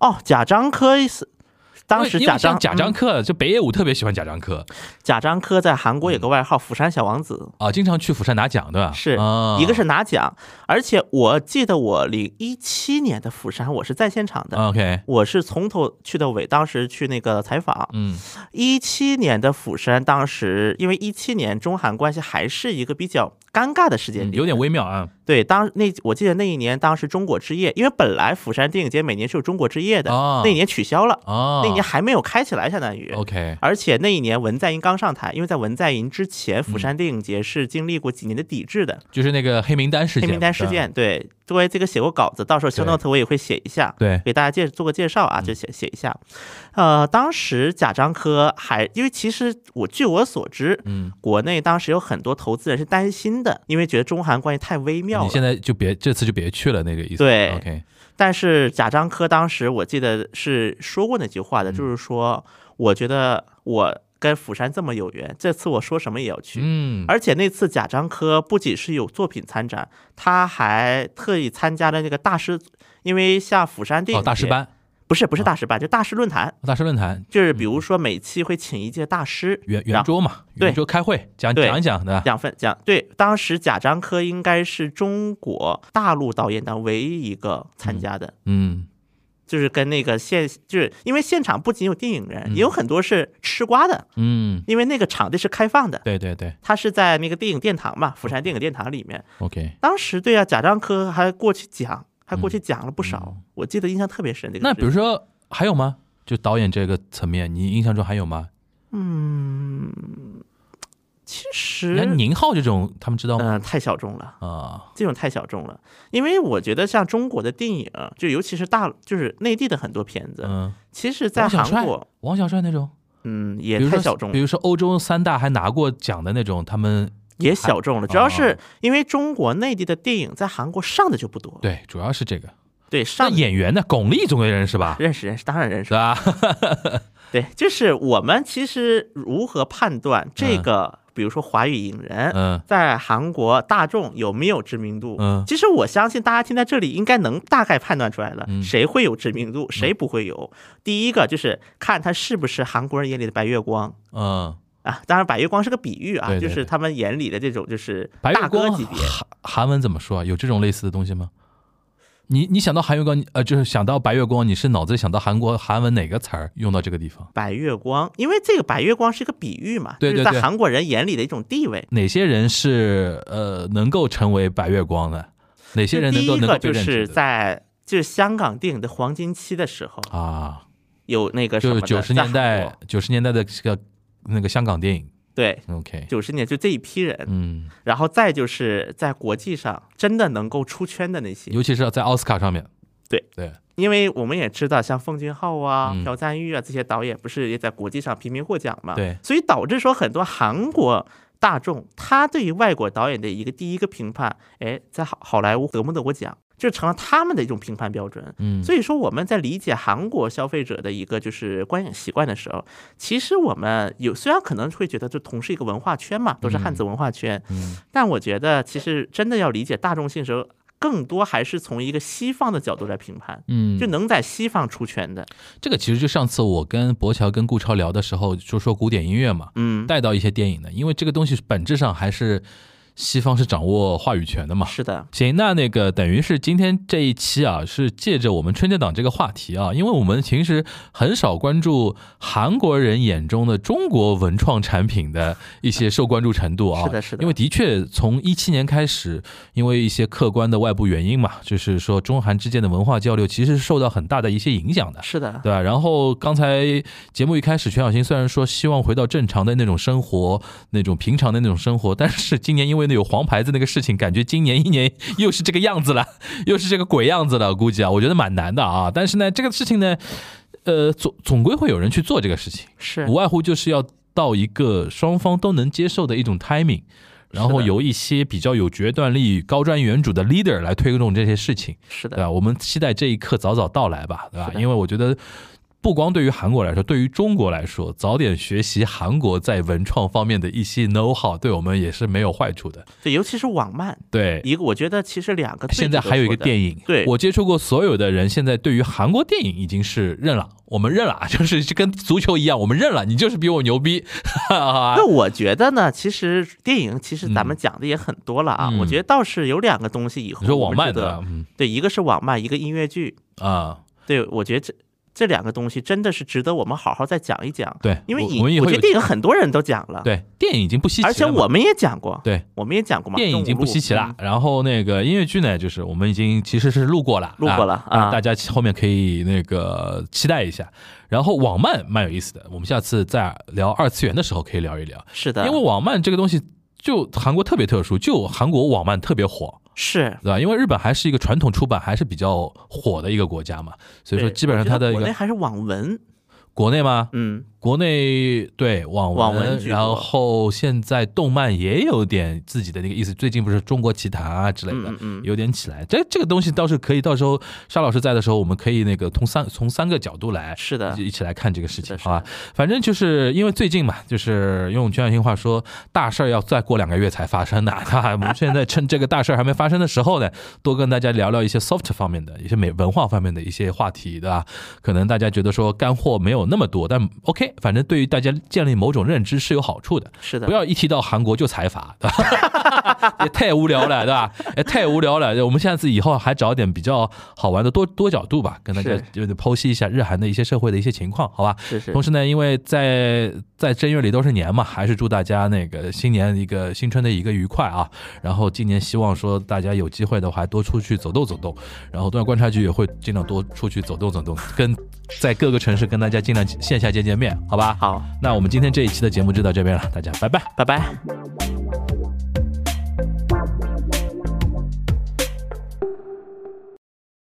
哦。贾樟柯是当时因为因贾为像樟贾樟嗯柯，就北野武特别喜欢贾樟柯贾樟柯在韩嗯国有个外号“釜山小王子啊，经常去釜山拿奖，对吧？”，是、啊一个是拿奖，而且我记得我零一七年的釜山，我是在现场的。啊 OK，我是从头去到尾，当时去那个采访，嗯一七年的釜山，当时因为一七年中韩关系还是一个比较尴尬的时间嗯，点，有点微妙啊。对。当那我记得那一年，当时中国之夜，因为本来釜山电影节每年是有中国之夜的，哦那一年取消了，哦，那一年还没有开起来，相当于。 OK，而且那一年文在寅刚上台，因为在文在寅之前，釜山电影节是经历过几年的抵制的嗯就是那个黑名单事黑件，名单对事吧件，对为这个写过稿子，到时候对 show note 我也会写一下，对嗯给大家介做个介绍啊，就写写一下。呃，当时贾樟柯还因为其实我据我所知，嗯，国内当时有很多投资人是担心的，因为觉得中韩关系太微妙你现了。在就别这次就别去了那个意思。对，OK，但是贾樟柯当时我记得是说过那句话嗯的，就是说，我觉得我跟釜山这么有缘，这次我说什么也要去。嗯，而且那次贾樟柯不仅是有作品参展，他还特意参加了那个大师，因为像釜山电哦，影大师节班、嗯不是不是啊大师班，就大师论坛，大师论坛就是比如说每期会请一届大师，圆然圆后桌嘛，对圆桌开会讲对讲一讲，对吧？两份讲对，当时贾樟柯应该是中国大陆导演当唯一一个参加的，嗯，就是跟那个现，就是因为现场不仅有电影人，嗯也有很多是吃瓜的，嗯，因为那个场地是开放的，对对对它是在那个电影殿堂嘛，釜山电影殿堂里面。 ，OK。当时对啊，贾樟柯还过去讲，还过去讲了不少，我记得印象特别深。这个嗯那事比如说还有吗？就导演这个层面，你印象中还有吗？其你看实，宁浩这种，他们知道吗？嗯、太小众了。啊，这种太小众了，因为我觉得像中国的电影，就尤其是大，就是内地的很多片子，嗯，其实，在王小韩帅国，，王小帅那种，嗯，比也如太说小众了比，如说欧洲三大还拿过奖的那种，他们也小众了。主哦要是因为中国内地的电影在韩国上的就不多，对，主要是这个。对那上演员呢？巩俐总归认识吧？认识认识，当然认是识。吧？对，就是我们其实如何判断这个，比如说华语影人。 嗯，在韩国大众有没有知名度？嗯其实我相信大家听在这里应该能大概判断出来了，嗯谁会有知名度，谁不会有。第一个就是看他是不是韩国人眼里的白月光嗯，啊，当然白月光是个比喻啊，对对就对是他们眼里的这种就是白大月哥光级别。韩韩文怎么说啊？有这种类似的东西吗？你你想到韩月光，呃，就是想到白月光，你是脑子里想到韩国韩文哪个词儿用到这个地方？白月光，因为这个白月光是一个比喻嘛，对对就是对在韩国人眼里的一种地位。哪些人是呃能够成为白月光的？哪些人能够第能一够个被就认是识的在就是香港电影的黄金期的时候，啊？有那个什就么是的九十在年韩代国，九十年代的这个那个香港电影对，OK，九十年就这一批人，嗯，然后再就是在国际上真的能够出圈的那些，尤其是在奥斯卡上面，对对，因为我们也知道，像奉俊昊啊、嗯朴赞玉啊这些导演，不是也在国际上频频获奖嘛？对所以导致说很多韩国大众他对于外国导演的一个第一个评判，哎，在好好莱坞得不得过奖，就成了他们的一种评判标准。嗯，所以说我们在理解韩国消费者的一个就是观影习惯的时候，其实我们有虽然可能会觉得这同是一个文化圈嘛，都是汉字文化圈，嗯但我觉得其实真的要理解大众性的时候，更多还是从一个西方的角度来评判。嗯，就能在西方出圈的，这个其实就上次我跟博乔跟顾超聊的时候，就说古典音乐嘛，嗯，带到一些电影的，因为这个东西本质上还是西方是掌握话语权的嘛。是的，行，那那个等于是今天这一期啊，是借着我们春节档这个话题啊，因为我们平时很少关注韩国人眼中的中国文创产品的一些受关注程度啊。是的是的因为的确从一七年开始，因为一些客观的外部原因嘛，就是说中韩之间的文化交流其实是受到很大的一些影响的。是的，对吧？然后刚才节目一开始，全小新虽然说希望回到正常的那种生活，那种平常的那种生活，但是今年因为那有黄牌子那个事情，感觉今年一年又是这个样子了，又是这个鬼样子了，估计啊，我觉得蛮难的啊。但是呢，这个事情呢，呃，总总归会有人去做这个事情，是无外乎就是要到一个双方都能接受的一种 timing。然后是的由一些比较有决断力、高瞻远瞩的 leader 来推动这些事情，是对吧？啊的，我们期待这一刻早早到来吧，对吧是？的因为我觉得。不光对于韩国来说，对于中国来说，早点学习韩国在文创方面的一些 know how，对我们也是没有坏处的。对，尤其是网漫，对，一个我觉得其实两个最现在值得还有一说个的电影，对我接触过所有的人，现在对于韩国电影已经是认了，我们认了啊， 就是就跟足球一样，我们认了，你就是比我牛逼。 哈那哈我觉得呢，其实电影其实咱们啊嗯讲的也很多了啊，嗯我觉得倒是有两个东西以后你说我网们漫值的得啊，嗯对，一个是网漫，一个音乐剧，啊，对我觉得这。这两个东西真的是值得我们好好再讲一讲，对因为我你我们也我会觉得有电影很多人都讲了，，对，电影已经不稀奇了而嘛，且我们也讲过，对我们也讲过嘛，电影已经不稀奇了嗯，，然后那个音乐剧呢，就是我们已经其实是录过了，录过了啊大家后面可以那个期待一下。然后网漫蛮有意思的，我们下次再聊二次元的时候可以聊一聊，是的，因为网漫这个东西就韩国特别特殊，就韩国网漫特别火，是对吧？因为日本还是一个传统出版还是比较火的一个国家嘛，所以说对基本上它的我一觉得国内啊个还是网文，国内吗？嗯，国内对网网文居多然后现在动漫也有点自己的那个意思。最近不是中国奇谭啊之类的，嗯嗯嗯有点起来。这这个东西倒是可以，到时候沙老师在的时候，我们可以那个从三从三个角度来是的一起来看这个事是情，的好吧？反正就是因为最近嘛，就是用全小新话说，大事儿要再过两个月才发生的。 那我们现在趁这个大事儿还没发生的时候呢，多跟大家聊聊一些 soft 方面的、一些美文化方面的一些话题，对吧？可能大家觉得说干货没有那么多，但 OK，反正对于大家建立某种认知是有好处的。是的，不要一提到韩国就财阀， 对吧？也太无聊了，对吧？也太无聊了。我们下次以后还找点比较好玩的多多角度吧，跟大家是就是剖析一下日韩的一些社会的一些情况，好吧？是是同时呢，因为在在正月里都是年嘛，还是祝大家那个新年一个新春的一个愉快啊。然后今年希望说大家有机会的话，多出去走动走动。然后东亚观察局也会尽量多出去走动走动，跟在各个城市跟大家尽量线下见见面，好吧？好，那我们今天这一期的节目就到这边了，大家拜拜。拜拜。